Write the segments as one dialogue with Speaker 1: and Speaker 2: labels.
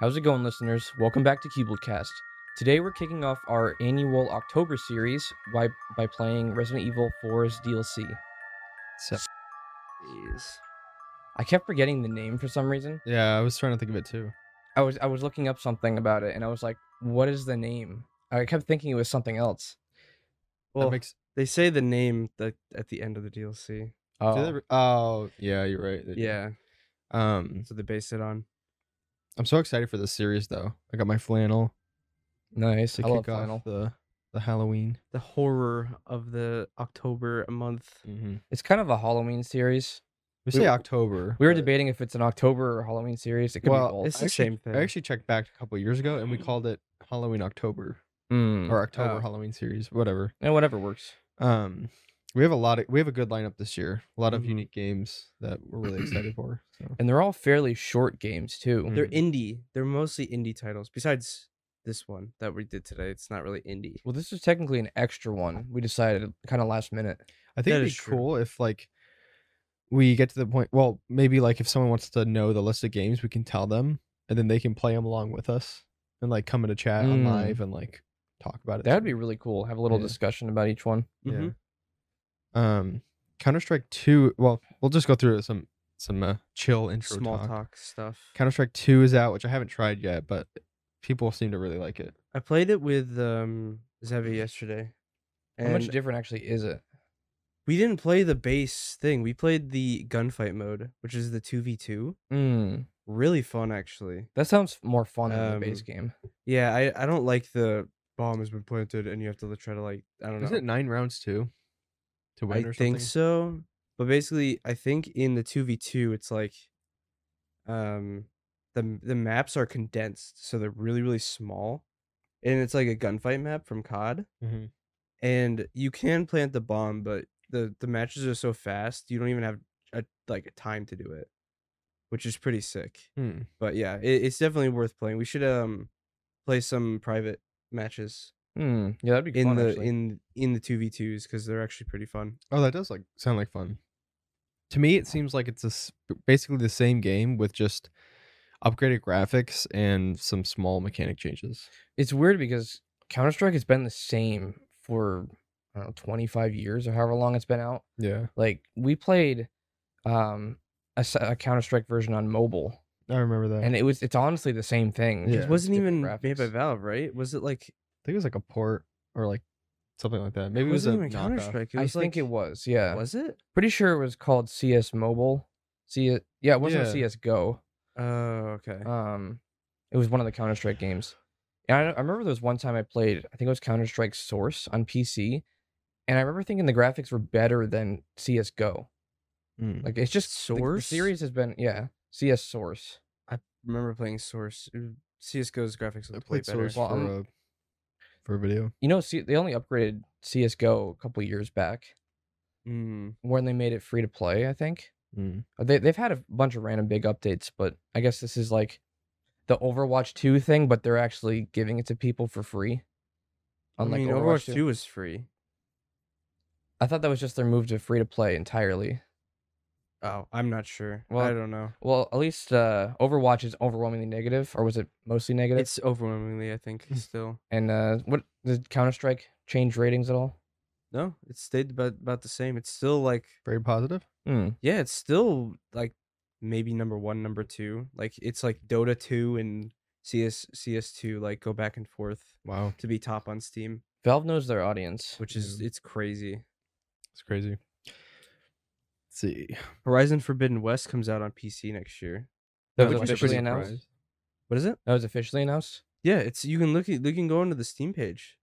Speaker 1: How's it going, listeners? Welcome back to Cast. Today we're kicking off our annual October series by, by playing Resident Evil 4's DLC.
Speaker 2: So,
Speaker 1: Jeez. I kept forgetting the name for some reason.
Speaker 2: yeah, I was trying to think of it too.
Speaker 1: I was I was looking up something about it and I was like, what is the name? I kept thinking it was something else.
Speaker 2: That
Speaker 3: Well,
Speaker 2: makes,
Speaker 3: they say the name that at the end of the DLC.
Speaker 2: oh.
Speaker 1: Oh,
Speaker 2: oh, yeah, you're right. they do.
Speaker 3: Yeah,
Speaker 2: Um,
Speaker 3: so they base it on.
Speaker 2: I'm so excited for this series though. I got my flannel
Speaker 1: nice.
Speaker 2: to
Speaker 1: I love
Speaker 2: kick off
Speaker 1: flannel.
Speaker 2: the the Halloween.
Speaker 3: The horror of the October month.
Speaker 2: Mm-hmm. We,
Speaker 1: Mm, It's kind of a Halloween series.
Speaker 2: say October.
Speaker 1: We were
Speaker 2: but
Speaker 1: debating if it's an October or Halloween series. It could
Speaker 2: Well,
Speaker 1: be both.
Speaker 3: It's
Speaker 2: I
Speaker 3: the
Speaker 2: actually-
Speaker 3: same thing.
Speaker 2: I actually checked back a couple years ago, and we called it Halloween October
Speaker 1: Mm-hmm. Mm.
Speaker 2: or October
Speaker 3: Oh.
Speaker 2: Halloween series, whatever.
Speaker 3: Eh,
Speaker 1: And whatever works.
Speaker 2: Um, we have a lot of we have a good lineup this year. A lot of
Speaker 1: Mm-hmm.
Speaker 3: Mhm.
Speaker 2: unique games that we're really excited for. So.
Speaker 1: And they're all fairly short games too.
Speaker 2: Mm.
Speaker 3: They're indie. They're mostly indie titles. Besides this one that we did today, it's not really indie.
Speaker 1: Well, this is technically an extra one. We decided kind of last minute.
Speaker 2: I think
Speaker 3: That
Speaker 2: it'd be
Speaker 3: is true.
Speaker 2: cool if like we get to the point. Well, maybe like if someone wants to know the list of games, we can tell them, and then they can play them along with us, and like come into chat on
Speaker 1: Mm.
Speaker 2: live and like talk about it.
Speaker 1: That would be really cool. Have a little
Speaker 2: Yeah.
Speaker 1: discussion about each one.
Speaker 2: yeah.
Speaker 3: Mhm.
Speaker 2: Um, Counter Strike Two. Well, we'll just go through some some uh, chill intro
Speaker 3: Small
Speaker 2: talk.
Speaker 3: talk. stuff.
Speaker 2: Counter Strike Two is out, which I haven't tried yet, but people seem to really like it.
Speaker 3: I played it with um Zevi yesterday, and
Speaker 1: Mm-hmm. How much different actually is it?
Speaker 3: we didn't play the base thing. We played the gunfight mode, which is the two v two.
Speaker 1: Mm,
Speaker 3: Really fun, actually.
Speaker 1: that sounds more fun than the base
Speaker 3: Um,
Speaker 1: game.
Speaker 3: Yeah, I, I don't like the bomb has been planted and you have to li- try to like I don't know.
Speaker 2: Isn't it nine rounds too? To win
Speaker 3: I
Speaker 2: or
Speaker 3: think
Speaker 2: something?
Speaker 3: so. But basically, I think in the two v two, it's like, um, the m- the maps are condensed, so they're really really small, and it's like a gunfight map from COD,
Speaker 2: Mhm.
Speaker 3: and you can plant the bomb, but the the matches are so fast, you don't even have a like a time to do it, which is pretty sick.
Speaker 2: Hmm.
Speaker 3: But yeah, it, it's definitely worth playing. We should um, play some private matches
Speaker 1: Mm, yeah, that'd be
Speaker 3: in
Speaker 1: fun,
Speaker 3: the
Speaker 1: actually.
Speaker 3: in in the two v twos because they're actually pretty fun.
Speaker 2: Oh, that does like sound like fun. To me, it seems like it's a s basically the same game with just upgraded graphics and some small mechanic changes.
Speaker 1: it's weird because Counter Strike has been the same for I don't know twenty five years or however long it's been out.
Speaker 2: Yeah,
Speaker 1: Like we played um a, s- a Counter Strike version on mobile,
Speaker 2: I remember that.
Speaker 1: and it was it's honestly the same thing.
Speaker 2: Yeah.
Speaker 1: just
Speaker 3: It
Speaker 1: with
Speaker 3: wasn't
Speaker 1: different
Speaker 3: even made by
Speaker 1: graphics.
Speaker 3: Valve, right? Was it like
Speaker 2: I think it was like a port or like something like that. Maybe it was a
Speaker 3: wasn't even Counter
Speaker 2: knockoff.
Speaker 3: Strike.
Speaker 1: I think it was. Yeah,
Speaker 3: Was it?
Speaker 1: pretty sure it was called CS Mobile. See, yeah, it wasn't
Speaker 2: Yeah.
Speaker 1: CS Go.
Speaker 3: Oh, okay.
Speaker 1: Um, it was one of the Counter Strike games. And I, I remember there was one time I played, I think it was Counter Strike Source on PC, and I remember thinking the graphics were better than CS:GO.
Speaker 2: Mm.
Speaker 1: Like it's just the- The,
Speaker 3: Source?
Speaker 1: series has been yeah, CS Source.
Speaker 3: remember playing Source. uh, It- CS:GO's graphics
Speaker 2: I
Speaker 3: looked way
Speaker 2: played
Speaker 3: better.
Speaker 2: Source
Speaker 1: Well,
Speaker 2: for a for a video.
Speaker 1: You know, see, they only upgraded CS:GO a couple years back
Speaker 3: Mm,
Speaker 1: when they made it free to play. I think
Speaker 2: Mm.
Speaker 1: Uh, they they've had a bunch of random big updates, but I guess this is like the Overwatch Two thing, but they're actually giving it to people for free.
Speaker 3: I
Speaker 1: Unlike
Speaker 3: mean, Overwatch, Two was free.
Speaker 1: I thought that was just their move to free to play entirely.
Speaker 3: Oh, I'm not sure.
Speaker 1: Well,
Speaker 3: I don't know.
Speaker 1: Well, at least uh, Overwatch is overwhelmingly negative, or was it mostly negative?
Speaker 3: It's overwhelmingly, I think, still.
Speaker 1: and uh, what did Counter Strike change ratings at all?
Speaker 3: No, it stayed about about the same. It's still like
Speaker 2: Very positive.
Speaker 1: Hmm.
Speaker 3: yeah, it's still like maybe number one, number two. Like it's like Dota two and CS CS two like go back and forth
Speaker 2: Wow,
Speaker 3: to be top on Steam,
Speaker 1: Valve knows their audience.
Speaker 3: which is
Speaker 2: Yeah.
Speaker 3: it's crazy.
Speaker 2: it's crazy. Let's see,
Speaker 3: Horizon Forbidden West comes out on PC next year.
Speaker 1: That
Speaker 3: Which
Speaker 1: was
Speaker 3: is pretty
Speaker 1: officially
Speaker 3: surprised.
Speaker 1: announced.
Speaker 3: What is it?
Speaker 1: That was officially announced.
Speaker 3: Yeah, it's you can look at you can go onto the Steam page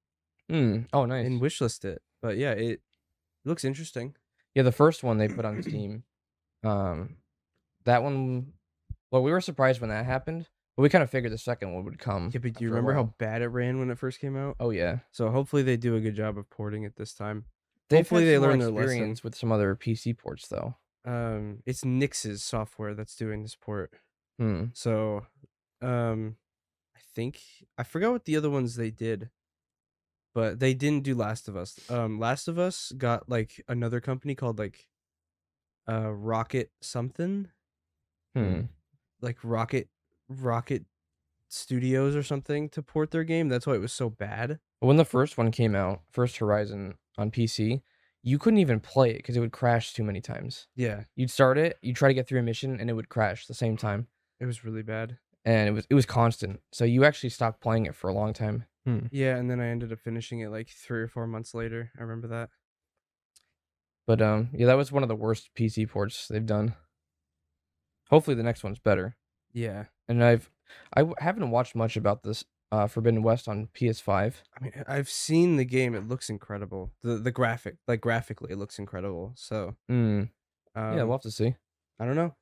Speaker 1: Hmm. Oh, nice.
Speaker 3: and wishlist it. But yeah, it looks interesting.
Speaker 1: yeah, the first one they put on Steam. Um, that one. Well, we were surprised when that happened, but we kind of figured the second one would come.
Speaker 3: Yeah, but do
Speaker 1: after
Speaker 3: you
Speaker 1: a
Speaker 3: remember how
Speaker 1: while.
Speaker 3: bad it ran when it first came out?
Speaker 1: Oh yeah.
Speaker 3: So hopefully they do a good job of porting it this time.
Speaker 1: They've
Speaker 3: Hopefully
Speaker 1: had
Speaker 3: they
Speaker 1: some more
Speaker 3: learned their lesson.
Speaker 1: experience with some other PC ports though.
Speaker 3: Um, it's Nix's software that's doing this port.
Speaker 1: Hmm.
Speaker 3: So, um, I think I forgot what the other ones they did, but they didn't do Last of Us. Um, Last of Us got like another company called like, uh, Rocket something
Speaker 1: Hmm.
Speaker 3: like Rocket Rocket studios or something to port their game. That's why it was so bad.
Speaker 1: But when the first one came out, First Horizon on PC, you couldn't even play it because it would crash too many times.
Speaker 3: Yeah,
Speaker 1: You'd start it, you'd try to get through a mission, and it would crash the same time.
Speaker 3: it was really bad.
Speaker 1: And it was it was constant. So you actually stopped playing it for a long time.
Speaker 3: Hmm. Yeah, and then I ended up finishing it like three or four months later. I remember that.
Speaker 1: But um yeah, that was one of the worst PC ports they've done. Hopefully the next one's better.
Speaker 3: Yeah,
Speaker 1: And I've I w- haven't watched much about this uh Forbidden West on PS5.
Speaker 3: I mean, I've seen the game. It looks incredible. The the graphic, like graphically, it looks incredible. So
Speaker 1: Mm.
Speaker 3: um,
Speaker 1: yeah, we'll have to see.
Speaker 3: I don't know.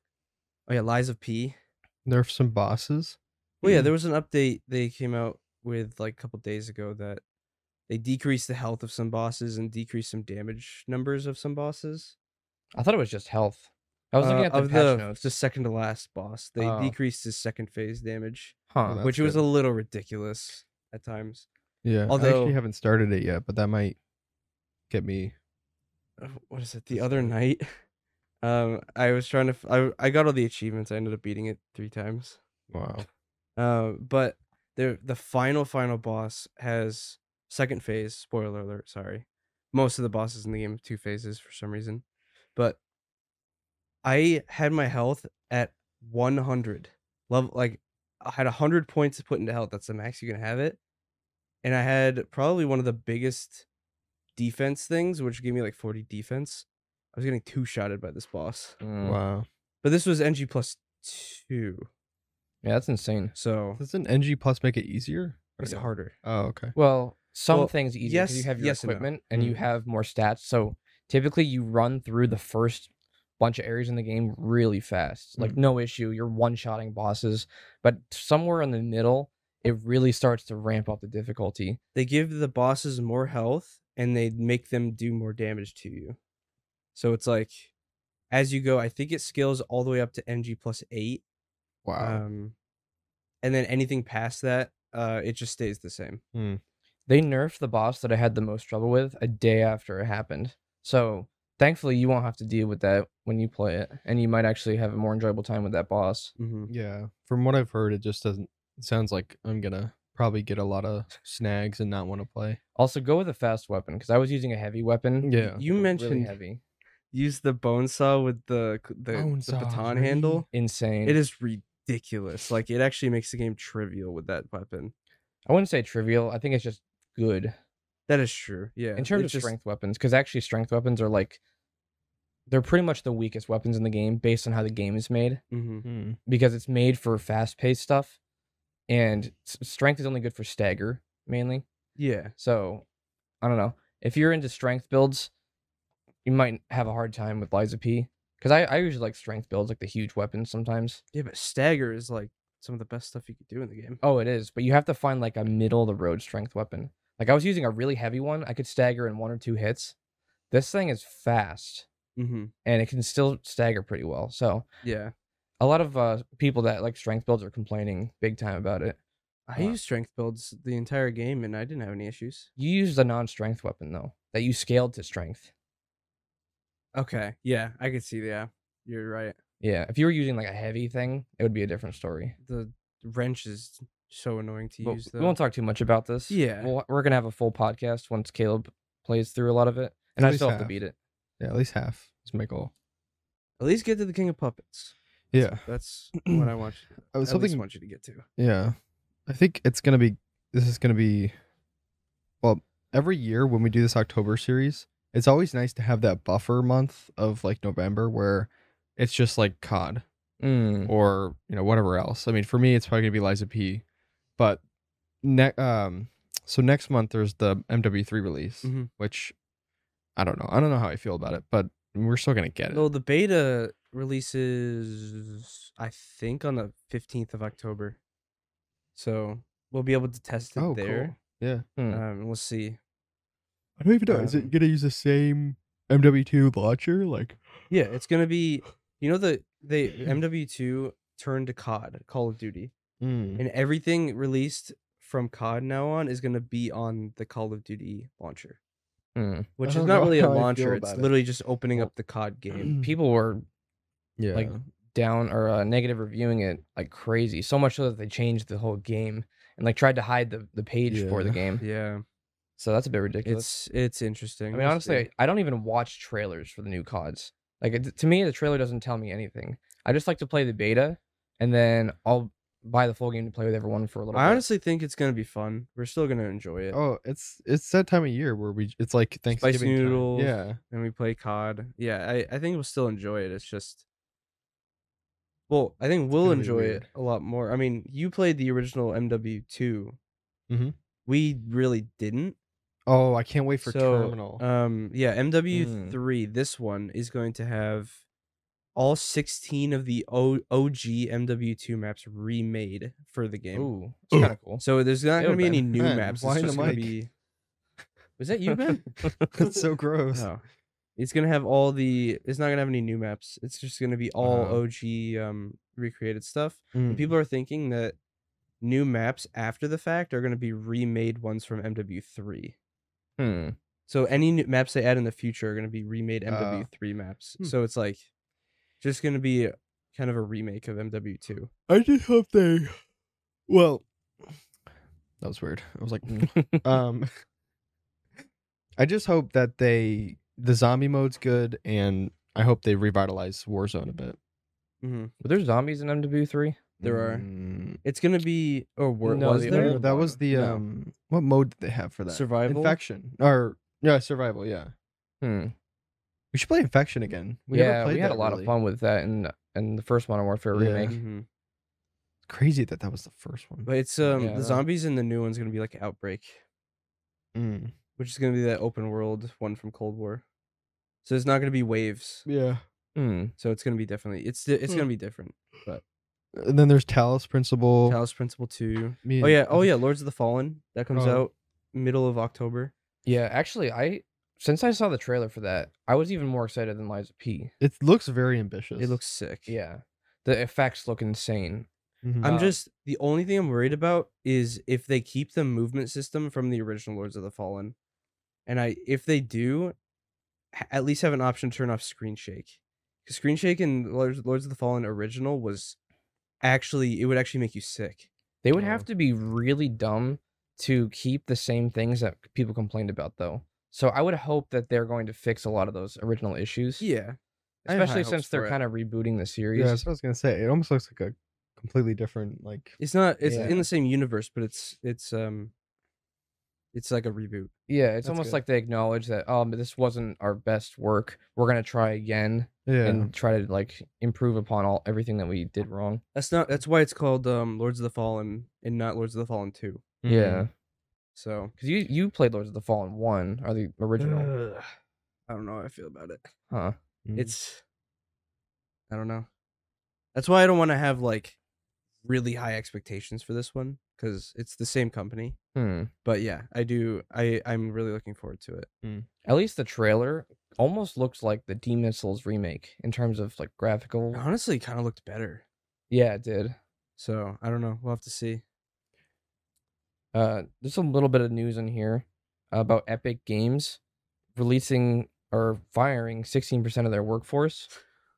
Speaker 3: Oh yeah, Lies of P.
Speaker 2: Nerf some bosses.
Speaker 3: Well,
Speaker 1: Mm-hmm.
Speaker 3: yeah, there was an update they came out with like a couple days ago that they decreased the health of some bosses and decreased some damage numbers of some bosses.
Speaker 1: I thought it was just health. I was
Speaker 3: Uh,
Speaker 1: looking at the
Speaker 3: of
Speaker 1: patch
Speaker 3: the,
Speaker 1: notes.
Speaker 3: the second to last boss. They
Speaker 1: Oh.
Speaker 3: decreased his second phase damage,
Speaker 1: huh.
Speaker 2: That's
Speaker 3: which was
Speaker 2: good.
Speaker 3: a little ridiculous at times.
Speaker 2: Yeah. I
Speaker 3: Although-
Speaker 2: actually haven't started it yet, but that might get me.
Speaker 3: Uh, What is it? The other night, um, I was trying to. F- I I got all the achievements. I ended up beating it three times.
Speaker 2: Wow.
Speaker 3: Uh, but the the final final boss has second phase. Spoiler alert. Sorry, most of the bosses in the game have two phases for some reason. But I had my health at 100 level. Like I had 100 points to put into health. That's the max you can have it. And I had probably one of the biggest defense things, which gave me like 40 defense. I was getting two shotted by this boss.
Speaker 1: Mm.
Speaker 2: Wow.
Speaker 3: But this was NG plus two,
Speaker 1: Yeah, that's insane.
Speaker 3: so
Speaker 2: Doesn't NG plus make it easier? Or
Speaker 3: it's
Speaker 2: no?
Speaker 3: harder.
Speaker 2: Oh, okay.
Speaker 1: Well, some
Speaker 3: Well,
Speaker 1: things easier because you
Speaker 3: yes-
Speaker 1: have your
Speaker 3: yes and no. Mm-hmm.
Speaker 1: equipment and you
Speaker 2: Mm.
Speaker 1: have more stats. So typically, you run through the first bunch of areas in the game really fast,
Speaker 3: Mm-hmm.
Speaker 1: like no issue. You're one-shotting bosses, but somewhere in the middle, it really starts to ramp up the difficulty.
Speaker 3: they give the bosses more health and they make them do more damage to you. So it's like as you go, I think it scales all the way up to NG plus eight.
Speaker 2: Wow.
Speaker 3: Um and then anything past that, uh it just stays the same.
Speaker 1: They nerfed the boss that I had the most trouble with a day after it happened. So thankfully, you won't have to deal with that when you play it, and you might actually have a more enjoyable time with that boss.
Speaker 3: Mm-hmm.
Speaker 2: yeah. From what I've heard, it just doesn't. It sounds like I'm gonna probably get a lot of snags and not want to play.
Speaker 1: Also, go with a fast weapon because I was using a heavy weapon.
Speaker 2: Yeah.
Speaker 3: You
Speaker 1: really
Speaker 3: mentioned
Speaker 1: heavy,
Speaker 3: use the bone saw with the c- the,
Speaker 2: Bone
Speaker 3: the
Speaker 2: saw,
Speaker 3: baton
Speaker 2: really?
Speaker 3: handle.
Speaker 1: insane.
Speaker 3: It is ridiculous. Like it actually makes the game trivial with that weapon.
Speaker 1: I wouldn't say trivial. I think it's just good
Speaker 3: That is true. Yeah.
Speaker 1: in terms
Speaker 3: it
Speaker 1: of
Speaker 3: just-
Speaker 1: strength weapons, because actually strength weapons are like they're pretty much the weakest weapons in the game based on how the game is made,
Speaker 3: Mhm.
Speaker 1: because it's made for fast paced stuff, and s- strength is only good for stagger mainly.
Speaker 3: Yeah.
Speaker 1: So I don't know if you're into strength builds, you might have a hard time with Liza P. Because I, I usually like strength builds, like the huge weapons sometimes.
Speaker 3: Yeah, but stagger is like some of the best stuff you could do in the game.
Speaker 1: Oh, it is. But you have to find like a middle of the road strength weapon. Like I was using a really heavy one. I could stagger in one or two hits. This thing is fast
Speaker 3: Mm-hmm.
Speaker 1: and it can still stagger pretty well. So
Speaker 3: Yeah.
Speaker 1: a lot of uh, people that like strength builds are complaining big time about it.
Speaker 3: I
Speaker 1: Wow.
Speaker 3: used strength builds the entire game and I didn't have any issues.
Speaker 1: You used a non-strength weapon though that you scaled to strength.
Speaker 3: Okay. Yeah, I could see. Yeah, you're right.
Speaker 1: Yeah, if you were using like a heavy thing, it would be a different story.
Speaker 3: The wrench is so annoying to
Speaker 1: But
Speaker 3: use. Though.
Speaker 1: we won't talk too much about this.
Speaker 3: Yeah.
Speaker 1: we'll, we're gonna have a full podcast once Caleb plays through a lot of it, and
Speaker 2: At
Speaker 1: I
Speaker 2: least
Speaker 1: still have to
Speaker 2: half.
Speaker 1: beat it.
Speaker 2: Yeah, at least half is my goal.
Speaker 3: At least get to the King of Puppets.
Speaker 2: Yeah.
Speaker 3: That's what I want. You,
Speaker 2: I was
Speaker 3: at least
Speaker 2: something.
Speaker 3: want you to get to.
Speaker 2: Yeah. I think it's gonna be. This is gonna be. Well, every year when we do this October series, it's always nice to have that buffer month of like November where it's just like COD.
Speaker 1: Mm.
Speaker 2: or you know whatever else. I mean, for me, it's probably gonna be Liza P. But ne- um, so next month there's the MW3 release,
Speaker 3: Mhm.
Speaker 2: which I don't know. I don't know how I feel about it, but we're still gonna get it.
Speaker 3: Well, the beta releases, I think, on the 15th of October. So we'll be able to test it
Speaker 2: oh,
Speaker 3: there.
Speaker 2: cool. Yeah,
Speaker 1: cool.
Speaker 3: Um, we'll see.
Speaker 2: I don't even
Speaker 3: know, is it Um,
Speaker 2: gonna use the same MW2 launcher? Like,
Speaker 3: Yeah, it's gonna be. You know the they MW2 turned to COD, Call of Duty.
Speaker 2: Mm,
Speaker 3: and everything released from COD now on is gonna be on the Call of Duty launcher,
Speaker 1: Mm.
Speaker 3: which is
Speaker 2: Hmm. don't
Speaker 3: not
Speaker 2: know
Speaker 3: really a
Speaker 2: how I feel
Speaker 3: launcher. It's
Speaker 2: about it. Hmm.
Speaker 3: literally just opening up the COD game.
Speaker 1: People were
Speaker 2: yeah,
Speaker 1: like down or uh, negative reviewing it like crazy. So much so that they changed the whole game and like tried to hide the, the page for the
Speaker 2: Yeah.
Speaker 1: game.
Speaker 3: Yeah,
Speaker 1: So that's a bit ridiculous.
Speaker 3: it's it's interesting.
Speaker 1: I mean,
Speaker 3: We'll
Speaker 1: honestly,
Speaker 3: see.
Speaker 1: I I don't even watch trailers for the new CODs. Like it, to me, the trailer doesn't tell me anything. I just like to play the beta, and then I'll buy the full game to play with everyone for a little.
Speaker 3: I
Speaker 1: bit.
Speaker 3: honestly think it's gonna be fun. We're still gonna enjoy it,
Speaker 2: Oh, it's it's that time of year where we it's like Thanksgiving. time.
Speaker 3: noodles.
Speaker 2: Yeah.
Speaker 3: and we play COD. Yeah, I I think we'll still enjoy it. It's just, well, I think we'll
Speaker 2: gonna be
Speaker 3: enjoy it
Speaker 2: weird.
Speaker 3: a lot more. I mean, you played the original MW2.
Speaker 2: Mhm.
Speaker 3: We really didn't.
Speaker 2: Oh, I can't wait for
Speaker 3: So,
Speaker 2: Terminal.
Speaker 3: Um, yeah,
Speaker 1: Mm.
Speaker 3: MW3, this one is going to have all 16 of the o- OG MW2 maps remade for the game.
Speaker 1: Ooh, it's kind of cool.
Speaker 3: So there's not
Speaker 1: Ew,
Speaker 3: going to be any
Speaker 1: Ben.
Speaker 3: new
Speaker 2: Ben,
Speaker 3: maps.
Speaker 2: why
Speaker 3: It's
Speaker 2: in the
Speaker 3: just going to
Speaker 2: mic?
Speaker 3: be. Was that you, Ben?
Speaker 2: That's so gross.
Speaker 3: no. It's going to have all the. It's not going to have any new maps. It's just going to be all
Speaker 2: Wow.
Speaker 3: OG um, recreated stuff.
Speaker 2: Mm.
Speaker 3: And people are thinking that new maps after the fact are going to be remade ones from MW3.
Speaker 1: Hmm.
Speaker 3: So any new maps they add in the future are going to be remade
Speaker 2: Oh.
Speaker 3: MW3 maps.
Speaker 2: Hmm.
Speaker 3: So it's like just going to be kind of a remake of MW2.
Speaker 2: I just hope they. Well, that was weird. I was like, um, I just hope that they the zombie mode's good, and I hope they revitalize Warzone a bit.
Speaker 3: Mm-hmm.
Speaker 1: Were there zombies in MW3?
Speaker 3: There are-
Speaker 2: Mm,
Speaker 3: It's going to be or were,
Speaker 1: No,
Speaker 3: was
Speaker 1: the
Speaker 3: there
Speaker 2: no, that was
Speaker 1: one.
Speaker 2: the
Speaker 3: No.
Speaker 2: um. What mode did they have for that?
Speaker 3: survival?
Speaker 2: Infection or yeah, survival. Yeah,
Speaker 1: Hmm.
Speaker 2: we should play Infection again. We never
Speaker 1: yeah,
Speaker 2: played
Speaker 1: we had
Speaker 2: that
Speaker 1: a lot
Speaker 2: really.
Speaker 1: of fun with that in in the first Modern Warfare
Speaker 2: Yeah.
Speaker 1: remake.
Speaker 3: Mhm.
Speaker 2: Crazy that that was the first one.
Speaker 3: But it's um
Speaker 1: Yeah.
Speaker 3: the zombies in the new one's going to be like Outbreak,
Speaker 2: Mm.
Speaker 3: which is going to be that open world one from Cold War. So it's not going to be waves.
Speaker 2: Yeah.
Speaker 1: Hmm.
Speaker 3: So it's going to be definitely it's di- it's
Speaker 2: Hmm.
Speaker 3: going to be different.
Speaker 2: And then there's Talos Principle.
Speaker 3: Talos Principle 2.
Speaker 2: Me
Speaker 3: Oh
Speaker 2: and-
Speaker 3: yeah, oh yeah, Lords of the Fallen that comes
Speaker 2: Oh.
Speaker 3: out middle of October.
Speaker 1: Yeah, actually, I since I saw the trailer for that, I was even more excited than Liza P.
Speaker 2: It looks very ambitious.
Speaker 3: It looks sick.
Speaker 1: Yeah, the effects look insane.
Speaker 2: Mhm.
Speaker 3: I'm
Speaker 1: Um,
Speaker 3: just the only thing I'm worried about is if they keep the movement system from the original Lords of the Fallen, and I if they do, h- at least have an option to turn off screen shake. 'Cause screen shake in Lords, Lords of the Fallen original was actually it would actually make you sick.
Speaker 1: They would
Speaker 2: Oh.
Speaker 3: Mm-hmm.
Speaker 1: have to be really dumb to keep the same things that people complained about, though. So I would hope that they're going to fix a lot of those original issues.
Speaker 3: Yeah, I have high
Speaker 1: especially
Speaker 3: hopes
Speaker 1: since
Speaker 3: for
Speaker 1: they're
Speaker 3: it.
Speaker 1: kind of rebooting the series.
Speaker 2: Yeah, that's what I was gonna say. It almost looks like a completely different like.
Speaker 3: it's not it's
Speaker 1: Yeah.
Speaker 3: in the same universe, but it's it's um, it's like a reboot.
Speaker 1: Yeah, it's
Speaker 2: That's
Speaker 1: almost
Speaker 2: good.
Speaker 1: like they acknowledge that um this wasn't our best work. We're gonna try again
Speaker 2: Yeah.
Speaker 1: and try to like improve upon all everything that we did wrong.
Speaker 3: That's not that's why it's called um Lords of the Fallen and not Lords of the Fallen Two.
Speaker 1: Yeah,
Speaker 2: Mm-hmm.
Speaker 3: So
Speaker 1: because you you played Lords of the Fallen one or the original,
Speaker 2: Ugh.
Speaker 3: I don't know how I feel about it.
Speaker 1: huh?
Speaker 2: Mm.
Speaker 3: It's I don't know. That's why I don't want to have like really high expectations for this one cuz it's the same company.
Speaker 1: Hmm.
Speaker 3: But yeah, I do I I'm really looking forward to it.
Speaker 1: At least the trailer almost looks like the Demon Souls remake in terms of like graphical.
Speaker 3: It honestly kind of looked better.
Speaker 1: Yeah, it did.
Speaker 3: So, I don't know. We'll have to see.
Speaker 1: Uh, there's a little bit of news in here about Epic Games releasing or firing 16% of their workforce,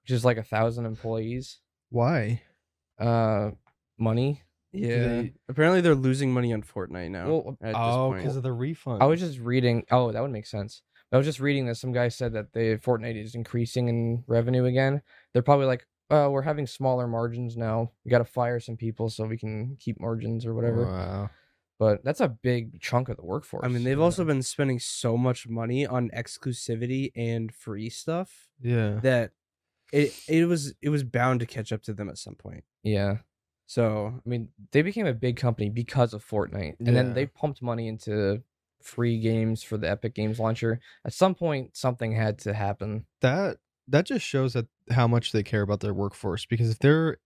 Speaker 1: which is like a thousand employees.
Speaker 2: why?
Speaker 1: Uh, money.
Speaker 3: Yeah.
Speaker 2: they-
Speaker 3: Apparently they're losing money on Fortnite now.
Speaker 1: Well,
Speaker 3: at this
Speaker 2: oh,
Speaker 3: point.
Speaker 2: because of the refund.
Speaker 1: I was just reading. Oh, that would make sense. I was just reading that some guy said that the Fortnite is increasing in revenue again. They're probably like, "Oh, we're having smaller margins now. We got to fire some people so we can keep margins or whatever."
Speaker 2: Wow.
Speaker 1: But that's a big chunk of the workforce.
Speaker 3: I mean, they've
Speaker 1: you
Speaker 3: also
Speaker 1: know?
Speaker 3: been spending so much money on exclusivity and free stuff
Speaker 2: Yeah.
Speaker 3: that it it was it was bound to catch up to them at some point.
Speaker 1: yeah.
Speaker 3: So,
Speaker 1: I mean, they became a big company because of Fortnite, and then
Speaker 2: Yeah.
Speaker 1: they pumped money into free games for the Epic Games launcher. At some point, something had to happen.
Speaker 2: That that just shows that how much they care about their workforce. Because if they're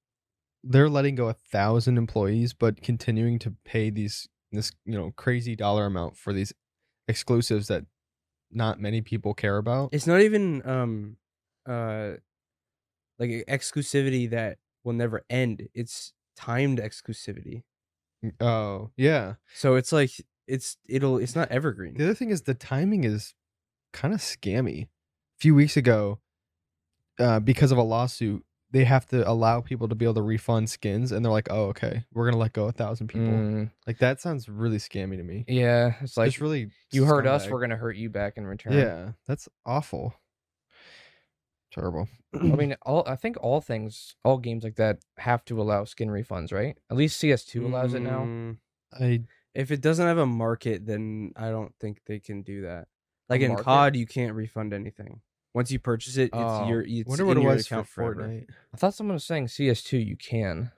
Speaker 2: they're letting go a thousand employees, but continuing to pay these this you know crazy dollar amount for these exclusives that not many people care about.
Speaker 3: It's not even um uh like a exclusivity that will never end. It's timed exclusivity.
Speaker 2: oh yeah.
Speaker 3: So it's like it's it'll it's not evergreen.
Speaker 2: The other thing is the timing is kind of scammy. A few weeks ago, uh, because of a lawsuit, they have to allow people to be able to refund skins, and they're like, "Oh, okay, we're gonna let go a thousand people."
Speaker 1: Mm,
Speaker 2: Like that sounds really scammy to me.
Speaker 1: yeah, it's like
Speaker 2: It's really
Speaker 1: you hurt us,
Speaker 2: scumbag.
Speaker 1: we're gonna hurt you back in return.
Speaker 2: yeah, that's awful, terrible.
Speaker 1: I mean, all I think all things, all games like that have to allow skin refunds, right? At least CS2 allows it now.
Speaker 3: Mm,
Speaker 2: I
Speaker 3: If it doesn't have a market, then I don't think they can do that. Like in
Speaker 1: market?
Speaker 3: COD, you can't refund anything. Once you purchase it, it's
Speaker 1: Oh,
Speaker 3: your it's
Speaker 2: wonder what it
Speaker 3: in your
Speaker 2: was for
Speaker 3: account forever.
Speaker 2: Fortnite.
Speaker 1: I thought someone was saying CS2 you can.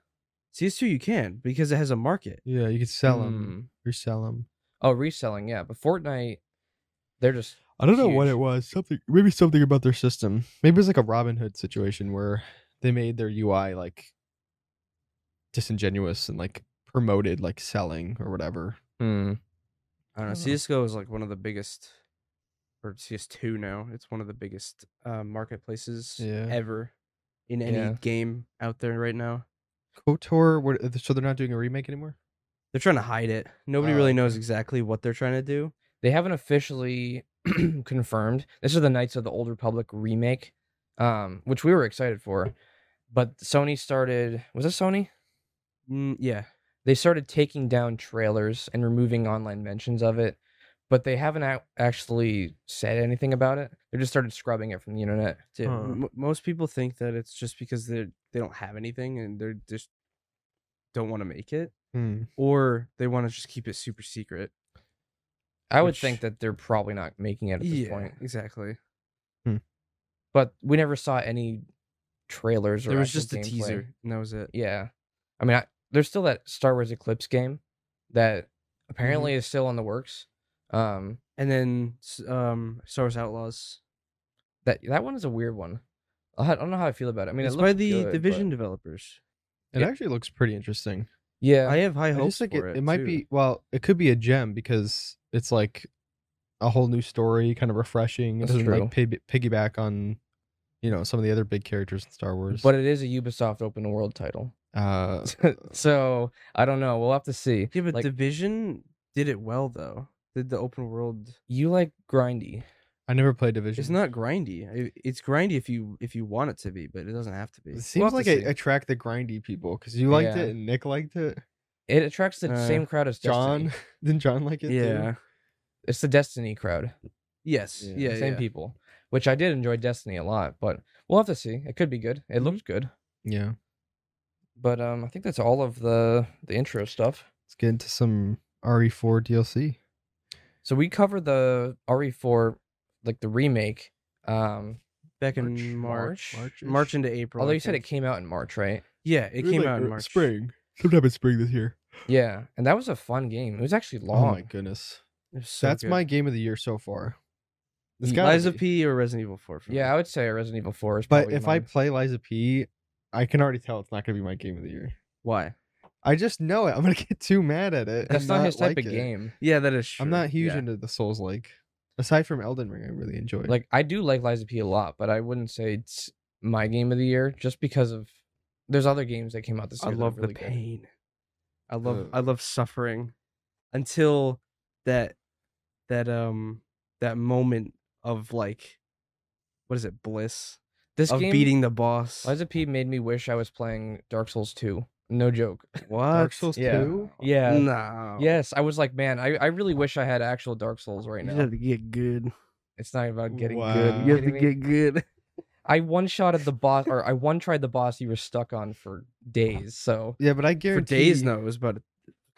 Speaker 3: CS2 you can because it has a market.
Speaker 2: Yeah, you could sell them,
Speaker 1: Hmm.
Speaker 2: resell them.
Speaker 1: Oh, reselling, yeah. But Fortnite, they're just
Speaker 2: I don't know what
Speaker 1: Huge.
Speaker 2: it was. Something maybe something about their system. Maybe it was like a Robin Hood situation where they made their UI like disingenuous and like promoted like selling or whatever.
Speaker 3: Mm. I don't know.
Speaker 2: Oh.
Speaker 3: CS:GO is like one of the biggest, or CS2 now. It's one of the biggest uh, marketplaces
Speaker 2: Yeah.
Speaker 3: ever in any
Speaker 1: Yeah.
Speaker 3: game out there right now.
Speaker 2: KOTOR what uh, so they're not doing a remake anymore?
Speaker 3: They're trying to hide it. Nobody
Speaker 2: Oh,
Speaker 3: really knows exactly what they're trying to do.
Speaker 1: they haven't officially confirmed. This is the Knights of the Old Republic remake, um, which we were excited for. But Sony started was it Sony?
Speaker 3: Mm, yeah,
Speaker 1: They started taking down trailers and removing online mentions of it, but they haven't ac- actually said anything about it. They just started scrubbing it from the internet.
Speaker 3: Dude,
Speaker 2: Huh.
Speaker 3: m- most people think that it's just because they they don't have anything and they're just don't want to make it,
Speaker 2: Hmm.
Speaker 3: or they want to just keep it super secret.
Speaker 1: I would
Speaker 3: Which-
Speaker 1: think that they're probably not making it at this
Speaker 3: yeah,
Speaker 1: point.
Speaker 3: exactly.
Speaker 1: But we never saw any trailers or
Speaker 3: There was
Speaker 1: actual
Speaker 3: just a
Speaker 1: gameplay.
Speaker 3: teaser, and that was it.
Speaker 1: Yeah. I mean, I, there's still that Star Wars Eclipse game that
Speaker 3: Mm-hmm.
Speaker 1: apparently is still in the works. Um,
Speaker 3: And then s- um, Star Wars Outlaws.
Speaker 1: that that one is a weird one. I I don't know how I feel about it. I mean,
Speaker 3: it's
Speaker 1: it
Speaker 3: by
Speaker 1: looked
Speaker 3: the
Speaker 1: good, but-
Speaker 3: Division developers.
Speaker 2: It
Speaker 1: Yeah.
Speaker 2: actually looks pretty interesting.
Speaker 1: Yeah,
Speaker 3: I have high
Speaker 2: I
Speaker 3: hopes
Speaker 2: just think
Speaker 3: for
Speaker 2: it,
Speaker 3: it.
Speaker 2: it might
Speaker 3: too.
Speaker 2: be well, it could be a gem because it's like a whole new story, kind of refreshing. It
Speaker 1: That's
Speaker 2: doesn't like pig- piggyback on you know some of the other big characters in Star Wars.
Speaker 1: but it is a Ubisoft open world title,
Speaker 2: uh,
Speaker 1: so I don't know. We'll have to see.
Speaker 3: Yeah, but
Speaker 1: like-
Speaker 3: Division did it well though. Did the open world?
Speaker 1: You like grindy?
Speaker 2: I never played Division.
Speaker 3: It's not grindy. I- It's grindy if you if you want it to be, but it doesn't have to be.
Speaker 2: It seems
Speaker 1: have to
Speaker 2: like
Speaker 1: see.
Speaker 2: it attract the grindy people because you liked
Speaker 1: Yeah.
Speaker 2: it and Nick liked it.
Speaker 1: It attracts the
Speaker 3: Uh,
Speaker 1: same crowd as
Speaker 2: John
Speaker 1: Destiny.
Speaker 2: didn't John like it? too?
Speaker 3: Yeah.
Speaker 1: It's the Destiny crowd,
Speaker 3: Yes.
Speaker 2: Yeah.
Speaker 3: Yeah.
Speaker 1: same
Speaker 3: yeah.
Speaker 1: people. Which I did enjoy Destiny a lot, but we'll have to see. It could be good. It
Speaker 2: Mhm.
Speaker 1: looks good.
Speaker 2: yeah.
Speaker 1: But um, I think that's all of the the intro stuff.
Speaker 2: Let's get into some E RE4 DLC.
Speaker 1: So we covered the RE4, like the remake. Um,
Speaker 3: Back in
Speaker 1: March,
Speaker 3: March. March,
Speaker 2: March-ish.
Speaker 3: into April.
Speaker 1: although
Speaker 3: I
Speaker 1: you said it
Speaker 3: think.
Speaker 1: came out in March, right?
Speaker 3: Yeah, it came out in March.
Speaker 2: er, spring, sometime in spring this year.
Speaker 1: Yeah, and that was a fun game. It was actually
Speaker 2: Oh
Speaker 1: long.
Speaker 2: my goodness,
Speaker 3: It was so
Speaker 2: that's
Speaker 3: good.
Speaker 2: my game of the year so far. It's
Speaker 1: Ye-
Speaker 2: gotta
Speaker 3: Liza
Speaker 2: be.
Speaker 3: P or Resident Evil Four. For me.
Speaker 1: yeah, I would say Resident Evil 4 Mm, is.
Speaker 2: But
Speaker 1: probably
Speaker 2: if I
Speaker 1: mine.
Speaker 2: play Liza P, I can already tell it's not gonna be my game of the year.
Speaker 3: Why?
Speaker 2: I just know it. I'm gonna get too mad at it.
Speaker 1: that's
Speaker 2: and
Speaker 1: not, his type
Speaker 2: like
Speaker 1: of
Speaker 2: it.
Speaker 1: game.
Speaker 3: Yeah, that is. True.
Speaker 2: I'm not huge
Speaker 3: Yeah.
Speaker 2: into the Souls like. Aside from Elden Ring, I really enjoy.
Speaker 1: Like I do like Liza P a lot, but I wouldn't say it's my game of the year just because of. There's other games that came out this
Speaker 3: I
Speaker 1: year. that are
Speaker 3: love
Speaker 1: really
Speaker 3: the
Speaker 1: good.
Speaker 3: pain. I love
Speaker 2: Ugh.
Speaker 3: I love suffering until that that um that moment of like what is it bliss
Speaker 1: This
Speaker 3: of
Speaker 1: game,
Speaker 3: beating the boss.
Speaker 1: Liza P made me wish I was playing Dark Souls 2. No joke.
Speaker 3: What?
Speaker 2: Dark Souls
Speaker 1: yeah.
Speaker 2: 2.
Speaker 1: Yeah.
Speaker 3: No.
Speaker 1: Yes, I was like, man, I, I really wish I had actual Dark Souls right
Speaker 3: You
Speaker 1: now.
Speaker 3: have to get good.
Speaker 1: It's not about getting good.
Speaker 2: Wow.
Speaker 1: you
Speaker 3: Uh, You have to
Speaker 1: kidding me?
Speaker 3: get good.
Speaker 1: I one shot at the boss, or I one tried the boss you were stuck on for days. So,
Speaker 2: Yeah, but I
Speaker 3: For
Speaker 2: guarantee
Speaker 3: days, no, it was about a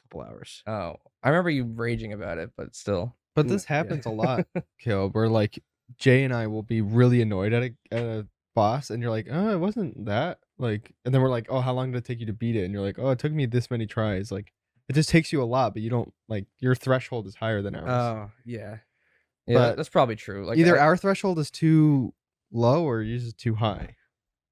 Speaker 3: couple hours.
Speaker 1: oh, I remember you raging about it, but still,
Speaker 2: But
Speaker 3: Mm,
Speaker 2: this
Speaker 3: yeah.
Speaker 2: happens a lot, Caleb, where like Jay and I will be really annoyed at a, at a boss, and you're like, oh, it wasn't that. Like, and then we're like, oh, how long did it take you to beat it? And you're like, oh, it took me this many tries. Like, it just takes you a lot, but you don't like your threshold is higher than ours.
Speaker 3: Oh yeah.
Speaker 1: yeah,
Speaker 2: But
Speaker 1: that's probably true. Like
Speaker 2: Either
Speaker 1: I,
Speaker 2: our threshold is too low or yours is too high.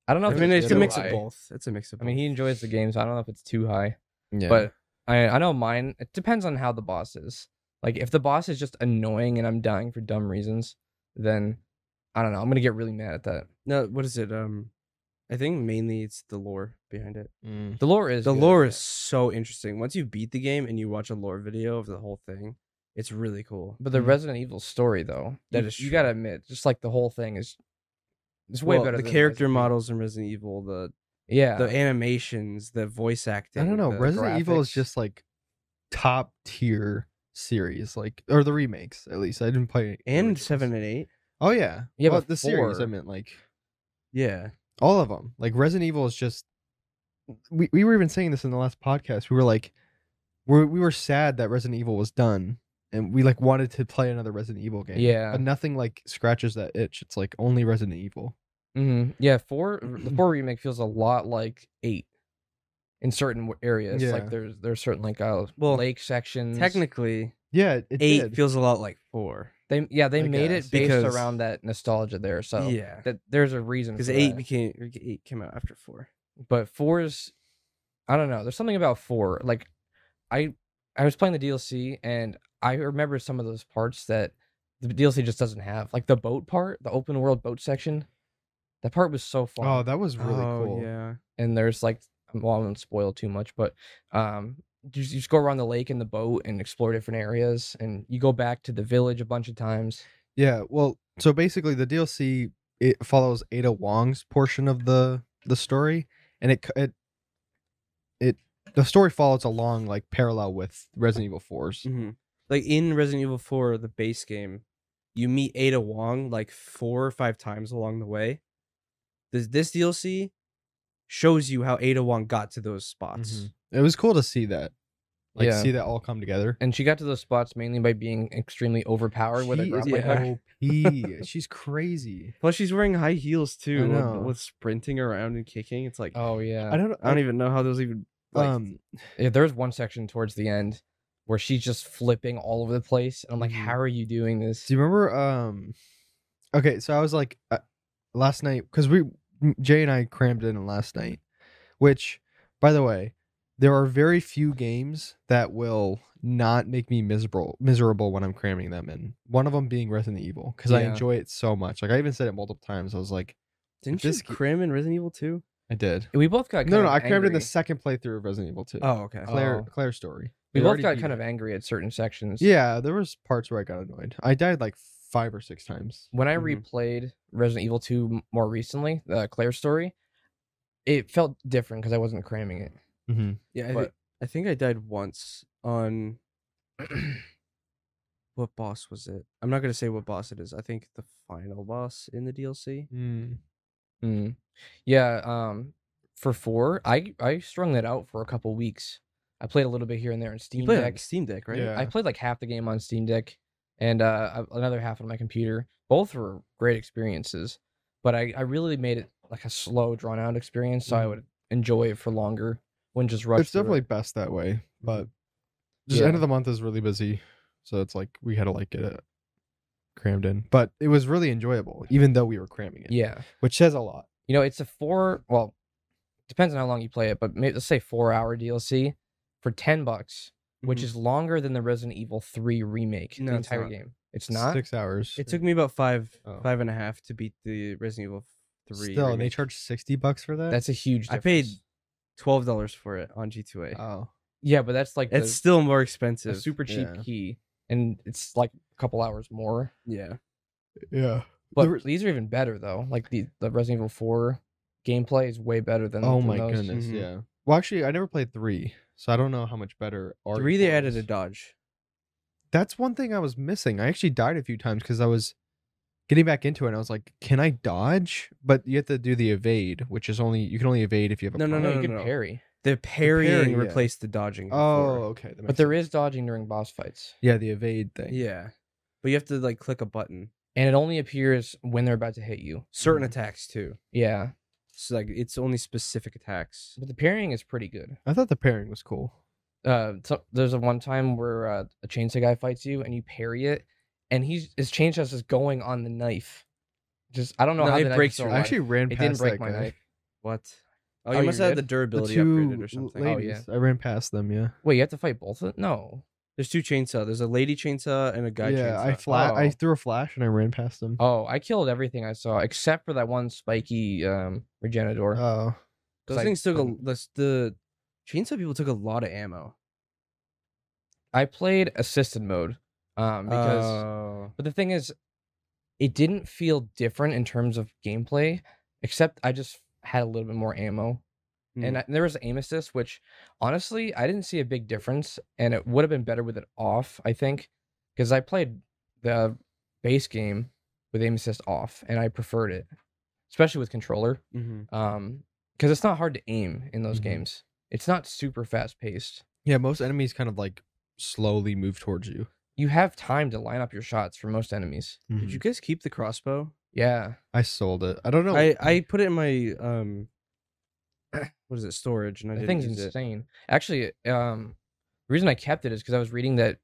Speaker 1: I don't know.
Speaker 3: I
Speaker 1: If
Speaker 3: mean,
Speaker 1: it's,
Speaker 3: it's a
Speaker 1: too
Speaker 3: mix
Speaker 1: high.
Speaker 3: of both. It's a mix of.
Speaker 1: I mean, he
Speaker 3: both.
Speaker 1: enjoys the game, so I don't know if it's too high.
Speaker 2: Yeah.
Speaker 1: But I I know mine. It depends on how the boss is. Like, if the boss is just annoying and I'm dying for dumb reasons, then I don't know. I'm gonna get really mad at that.
Speaker 3: no. What is it? Um, I think mainly it's the lore behind it.
Speaker 2: Mm.
Speaker 1: The lore is
Speaker 3: The
Speaker 1: good.
Speaker 3: lore is so interesting. Once you beat the game and you watch a lore video of the whole thing, it's really cool.
Speaker 1: But the
Speaker 2: Mhm.
Speaker 1: Resident Evil story, though,
Speaker 3: mm. That
Speaker 1: you,
Speaker 3: is
Speaker 1: you
Speaker 3: true.
Speaker 1: gotta admit, just like the whole thing is It's way
Speaker 3: Well,
Speaker 1: better.
Speaker 3: The
Speaker 1: than
Speaker 3: character
Speaker 1: Resident Evil.
Speaker 3: models in Resident Evil, the
Speaker 1: Yeah.
Speaker 3: the animations, the voice acting.
Speaker 2: I don't know.
Speaker 3: the
Speaker 2: Resident Evil is
Speaker 3: graphics.
Speaker 2: just like top tier series, like or the remakes at least. I didn't play the
Speaker 3: and
Speaker 2: originals.
Speaker 3: seven and eight.
Speaker 2: Oh yeah,
Speaker 1: Yeah,
Speaker 2: Well,
Speaker 1: but
Speaker 2: the series. I
Speaker 1: four-
Speaker 2: meant like
Speaker 3: Yeah,
Speaker 2: all of them. Like Resident Evil is just. We we were even saying this in the last podcast. We were like, we we were sad that Resident Evil was done, and we like wanted to play another Resident Evil game.
Speaker 1: Yeah.
Speaker 2: but nothing like scratches that itch. It's like only Resident Evil.
Speaker 1: hmm Yeah, four the four remake feels a lot like eight in certain w- areas.
Speaker 2: Yeah.
Speaker 1: Like there's there's certain like uh,
Speaker 3: Well,
Speaker 1: lake sections.
Speaker 3: technically
Speaker 2: Yeah, it, it
Speaker 3: eight
Speaker 2: did.
Speaker 3: feels a lot like four.
Speaker 1: they yeah they
Speaker 2: I
Speaker 1: made
Speaker 2: guess.
Speaker 1: it based
Speaker 3: Because-
Speaker 1: around that nostalgia there. So
Speaker 3: yeah,
Speaker 1: that uh, there's a reason
Speaker 3: because
Speaker 1: for
Speaker 3: eight
Speaker 1: that.
Speaker 3: became or eight came out after four.
Speaker 1: but four is I don't know. There's something about four. Like I I was playing the DLC and I remember some of those parts that the DLC just doesn't have. Like the boat part, the open world boat section. That part was so fun.
Speaker 2: oh, that was really
Speaker 3: oh,
Speaker 2: cool.
Speaker 3: Yeah,
Speaker 1: and there's like well, I won't spoil too much, but um, you just, you just go around the lake in the boat and explore different areas, and you go back to the village a bunch of times.
Speaker 2: Yeah, well, so basically the DLC it follows Ada Wong's portion of the the story, and it c- it it the story follows along like parallel with Resident Evil 4's.
Speaker 1: Mm-hmm.
Speaker 3: hmm like in Resident Evil four, the base game, you meet Ada Wong like four or five times along the way. This this DLC shows you how Ada Wong got to those spots.
Speaker 1: Mm-hmm.
Speaker 2: Mhm. It was cool to see that, like
Speaker 1: Yeah.
Speaker 2: see that all come together.
Speaker 1: And she got to those spots mainly by being extremely overpowered with her
Speaker 2: She is
Speaker 1: grappling hook.
Speaker 2: OP. She's crazy.
Speaker 3: Plus, she's wearing high heels too, with-
Speaker 2: know.
Speaker 3: with sprinting around and kicking. It's like
Speaker 1: Oh
Speaker 2: I
Speaker 1: yeah.
Speaker 2: don't.
Speaker 3: I don't even know how those even. Like,
Speaker 2: um.
Speaker 1: yeah, there's one section towards the end where she's just flipping all over the place, and I'm like,
Speaker 3: Mm-hmm.
Speaker 2: Mhm.
Speaker 1: how are you doing this?
Speaker 2: Do you remember? Um. Okay, so I was like, uh, last night because we m- Jay and I crammed in last night, which, by the way, there are very few games that will not make me miserable miserable when I'm cramming them in. One of them being Resident Evil because I
Speaker 1: Yeah.
Speaker 2: enjoy it so much. Like I even said it multiple times. I was like,
Speaker 3: didn't
Speaker 2: this
Speaker 3: this
Speaker 2: g-
Speaker 3: cram in Resident Evil two?
Speaker 2: I did.
Speaker 1: We both got
Speaker 2: No,
Speaker 1: kind
Speaker 2: no,
Speaker 1: of
Speaker 2: I crammed in the
Speaker 1: angry.
Speaker 2: second playthrough of Resident Evil 2.
Speaker 3: Oh, okay.
Speaker 2: Claire,
Speaker 1: Oh.
Speaker 2: Claire story.
Speaker 1: We
Speaker 2: It
Speaker 1: both
Speaker 2: already
Speaker 1: got
Speaker 2: beat
Speaker 1: kind of
Speaker 2: it.
Speaker 1: angry at certain sections.
Speaker 2: Yeah, there was parts where I got annoyed. I died like five or six times.
Speaker 1: when I
Speaker 3: Mhm.
Speaker 1: replayed Resident Evil 2 m- more recently, the Claire story, it felt different because I wasn't cramming it.
Speaker 2: Mm-hmm.
Speaker 3: Yeah, I, thi-
Speaker 1: But-
Speaker 3: I think I died once on. what boss was it? I'm not gonna say what boss it is. I think the final boss in the DLC.
Speaker 1: Mm. Yeah, um, for four, I I strung that out for a couple weeks. I played a little bit here and there on
Speaker 3: You
Speaker 1: Steam
Speaker 3: played
Speaker 1: Deck.
Speaker 3: on Steam Deck, right?
Speaker 2: Yeah.
Speaker 1: I played like half the game on Steam Deck and uh, a- another half on my computer. Both were great experiences, but I, I really made it like a slow, drawn out experience, so I
Speaker 2: Mhm.
Speaker 1: would enjoy it for longer. Wouldn't just rush.
Speaker 2: it's
Speaker 1: through it.
Speaker 2: definitely best that way, but just
Speaker 1: Yeah.
Speaker 2: end of the month is really busy, so it's like we had to like get it crammed in. But it was really enjoyable, even though we were cramming it,
Speaker 1: yeah.
Speaker 2: which says a lot.
Speaker 1: you know, it's a four. Well, depends on how long you play it, but maybe, let's say four hour DLC for ten bucks, which
Speaker 3: Mhm.
Speaker 1: is longer than the Resident Evil Three remake.
Speaker 3: No,
Speaker 1: the
Speaker 3: it's
Speaker 1: entire
Speaker 3: not.
Speaker 1: game. Mm-hmm. It's not.
Speaker 2: six hours.
Speaker 3: It took me about five,
Speaker 2: Oh.
Speaker 3: five and a half to beat the Resident Evil three.
Speaker 2: Still, and they
Speaker 3: remake.
Speaker 2: charged sixty bucks for that.
Speaker 1: That's a huge.
Speaker 3: I
Speaker 1: Difference.
Speaker 3: paid twelve dollars for it on G2A.
Speaker 2: oh,
Speaker 1: Yeah, but that's like
Speaker 3: it's
Speaker 1: that's
Speaker 3: still more
Speaker 1: a
Speaker 3: expensive.
Speaker 1: super cheap
Speaker 2: yeah.
Speaker 1: key, and it's like a couple hours more.
Speaker 3: yeah.
Speaker 2: yeah.
Speaker 1: But
Speaker 2: There was-
Speaker 1: these are even better though. Like the the Resident Evil Four gameplay is way better than.
Speaker 2: Oh
Speaker 1: than
Speaker 2: my
Speaker 1: those.
Speaker 2: goodness,
Speaker 3: Mhm.
Speaker 2: yeah. Well, actually, I never played three, so I don't know how much better. Arc
Speaker 3: Three, they added
Speaker 2: was.
Speaker 3: a dodge.
Speaker 2: That's one thing I was missing. I actually died a few times because I was getting back into it. and I was like, "Can I dodge?" But you have to do the evade, which is only you can only evade if you have a.
Speaker 3: No,
Speaker 1: No,
Speaker 2: plan.
Speaker 1: no,
Speaker 3: no,
Speaker 1: you
Speaker 3: no.
Speaker 1: can parry,
Speaker 3: The parrying
Speaker 2: parry, yeah.
Speaker 3: replaced the dodging.
Speaker 2: Oh,
Speaker 3: before.
Speaker 2: okay.
Speaker 1: but there is dodging during boss fights,
Speaker 2: yeah the evade thing.
Speaker 3: yeah. But you have to like click a button.
Speaker 1: and it only appears when they're about to hit you.
Speaker 3: Certain
Speaker 2: Mhm.
Speaker 3: attacks too.
Speaker 1: Yeah,
Speaker 3: So like it's only specific attacks.
Speaker 1: but the parrying is pretty good.
Speaker 2: I thought the pairing was cool.
Speaker 1: uh so there's a one time where uh, a chainsaw guy fights you and you parry it and he's his chainsaw is just going on the knife just i don't know
Speaker 3: No,
Speaker 1: how
Speaker 3: it
Speaker 1: the knife is
Speaker 3: breaks
Speaker 1: still
Speaker 3: your
Speaker 2: I
Speaker 1: alive.
Speaker 2: actually ran
Speaker 1: it
Speaker 2: past
Speaker 1: didn't break
Speaker 2: that
Speaker 1: my
Speaker 2: guy.
Speaker 1: knife
Speaker 3: What?
Speaker 1: Oh,
Speaker 3: Oh, you
Speaker 1: you're
Speaker 3: must have the
Speaker 1: good?
Speaker 2: The
Speaker 3: durability
Speaker 2: two
Speaker 3: upgraded or
Speaker 2: l-
Speaker 3: something. Oh,
Speaker 1: lady-
Speaker 2: ladies, I ran past them. Yeah,
Speaker 1: wait you have to fight both of no
Speaker 3: There's two chainsaw. There's a lady chainsaw and a guy
Speaker 2: yeah.
Speaker 3: chainsaw.
Speaker 2: I fla- I
Speaker 1: Oh.
Speaker 2: threw a flash and I ran past them. Oh,
Speaker 1: oh i killed everything i saw except for that one spiky um regenador
Speaker 3: Those
Speaker 1: 'cause I
Speaker 3: things took a
Speaker 1: couldn't-
Speaker 3: the, the chainsaw people took a lot of ammo
Speaker 1: i played assisted mode um because
Speaker 3: Oh.
Speaker 1: but the thing is it didn't feel different in terms of gameplay, except I just had a little bit more ammo. And
Speaker 3: Mm.
Speaker 1: I, there was aim assist, which honestly I didn't see a big difference, and it would have been better with it off, I think, because I played the base game with aim assist off, and I preferred it, especially with controller,
Speaker 3: hmm
Speaker 2: Mm-hmm.
Speaker 1: um, because it's not hard to aim in those
Speaker 2: Mhm.
Speaker 1: games. It's not super fast paced.
Speaker 2: Yeah, most enemies kind of like slowly move towards you.
Speaker 1: You have time to line up your shots for most enemies.
Speaker 2: Mm-hmm.
Speaker 3: Did you guys keep the crossbow?
Speaker 1: Yeah,
Speaker 2: I sold it. I don't know.
Speaker 3: I, I put it in my um what is it storage and I
Speaker 1: that
Speaker 3: didn't
Speaker 1: thing's
Speaker 3: use it.
Speaker 1: insane. Actually, um, the reason I kept it is because I was reading that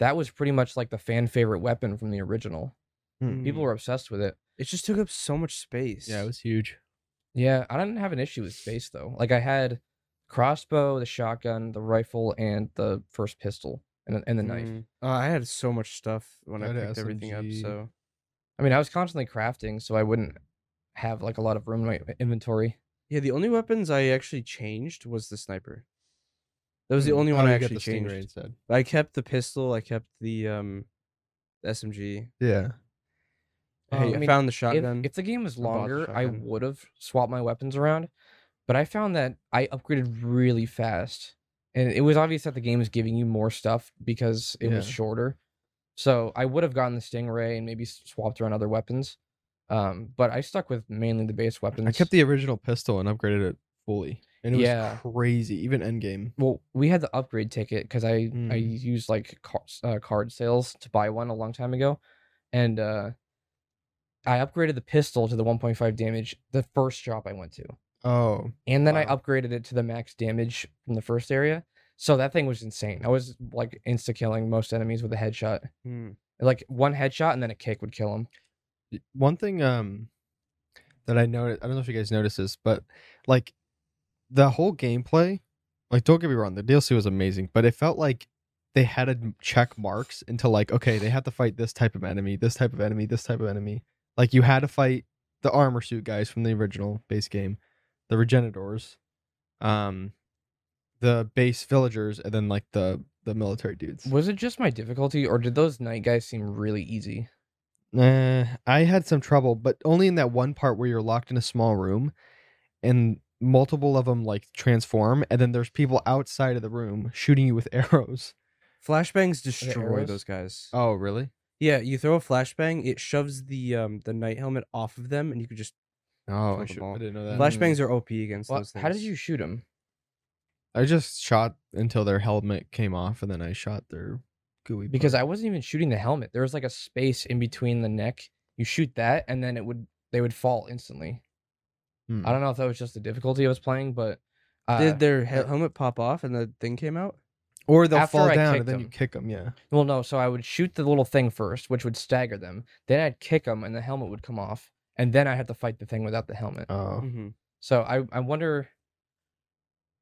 Speaker 1: that was pretty much like the fan favorite weapon from the original. People
Speaker 3: Mm.
Speaker 1: were obsessed with it.
Speaker 3: It just took up so much space.
Speaker 2: yeah, it was huge.
Speaker 1: Yeah, I didn't have an issue with space though. Like I had crossbow, the shotgun, the rifle, and the first pistol and and the knife.
Speaker 3: Mm. Uh, I had so much stuff when I
Speaker 2: I had a
Speaker 3: picked everything up.
Speaker 2: SMG.
Speaker 3: So
Speaker 1: I mean, I was constantly crafting, so I wouldn't have like a lot of room in my inventory.
Speaker 3: yeah, the only weapons I actually changed was the sniper. That
Speaker 1: Mm,
Speaker 3: was the only
Speaker 2: Oh,
Speaker 3: one I
Speaker 2: you got
Speaker 3: actually
Speaker 2: the Stingray
Speaker 3: changed.
Speaker 2: instead.
Speaker 3: I kept the pistol. I kept the um, the SMG.
Speaker 2: Yeah.
Speaker 3: I,
Speaker 1: Um,
Speaker 3: hey,
Speaker 1: I
Speaker 3: I
Speaker 1: mean,
Speaker 3: found the
Speaker 1: If-
Speaker 3: shotgun.
Speaker 1: If, the game was
Speaker 3: I bought the
Speaker 1: longer, I
Speaker 3: shotgun.
Speaker 1: would have swapped my weapons around, but I found that I upgraded really fast, and it was obvious that the game was giving you more stuff because it was
Speaker 2: Yeah.
Speaker 1: shorter. So I would have gotten the stingray and maybe s- swapped around other weapons, um, but I stuck with mainly the base weapons.
Speaker 2: I kept the original pistol and upgraded it fully. And it
Speaker 1: Yeah.
Speaker 2: was crazy, even endgame.
Speaker 1: well, we had the upgrade ticket because I I
Speaker 2: Mm.
Speaker 1: used like car, uh, card sales to buy one a long time ago, and uh, I upgraded the pistol to the 1.5 damage the first shop I went to,
Speaker 2: Oh.
Speaker 1: and then I
Speaker 2: Wow.
Speaker 1: upgraded it to the max damage from the first area. So that thing was insane. I was like insta killing most enemies with a headshot,
Speaker 3: Mm.
Speaker 1: like one headshot and then a kick would kill them.
Speaker 2: Y- One thing um that I noticed, I don't know if you guys noticed this, but like the whole gameplay, like don't get me wrong, the DLC was amazing, but it felt like they had to check marks into like, okay, they had to fight this type of enemy, this type of enemy, this type of enemy. Like you had to fight the armor suit guys from the original base game, the regenitors, um, the base villagers, and then like the the military dudes.
Speaker 1: Was it just my difficulty, or did those night guys seem really easy?
Speaker 2: Uh, I had some trouble, but only in that one part where you're locked in a small room and multiple of them like transform, and then there's people outside of the room shooting you with arrows.
Speaker 3: Flashbangs destroy
Speaker 1: arrows?
Speaker 3: those guys.
Speaker 2: Oh, really?
Speaker 3: Yeah, you throw a flashbang, it shoves the um the night helmet off of them, and you could just
Speaker 2: Oh,
Speaker 3: Throw
Speaker 2: I,
Speaker 3: the
Speaker 2: should, I
Speaker 3: ball.
Speaker 2: didn't know that.
Speaker 1: Flash-
Speaker 3: flashbangs are OP against
Speaker 1: Mm. Well,
Speaker 3: those things.
Speaker 1: how did you shoot him?
Speaker 2: I just shot until their helmet came off, and then I shot their gooey.
Speaker 1: because
Speaker 3: Mm-hmm.
Speaker 2: part.
Speaker 1: I wasn't even shooting the helmet. There was like a space in between the neck. You shoot that, and then it would they would fall instantly.
Speaker 2: Hmm.
Speaker 1: I don't know if that was just the difficulty I was playing, but uh,
Speaker 3: Mm. Did their he- helmet pop off and the thing came out?
Speaker 2: or they'll
Speaker 1: after
Speaker 2: fall
Speaker 1: I
Speaker 2: down,
Speaker 1: kicked
Speaker 2: and then you
Speaker 1: them.
Speaker 2: kick them. Yeah.
Speaker 1: well, no. So I would shoot the little thing first, which would stagger them. Then I'd kick them, and the helmet would come off. And then I had to fight the thing without the helmet.
Speaker 2: Oh,
Speaker 3: Mm-hmm.
Speaker 1: So I I wonder.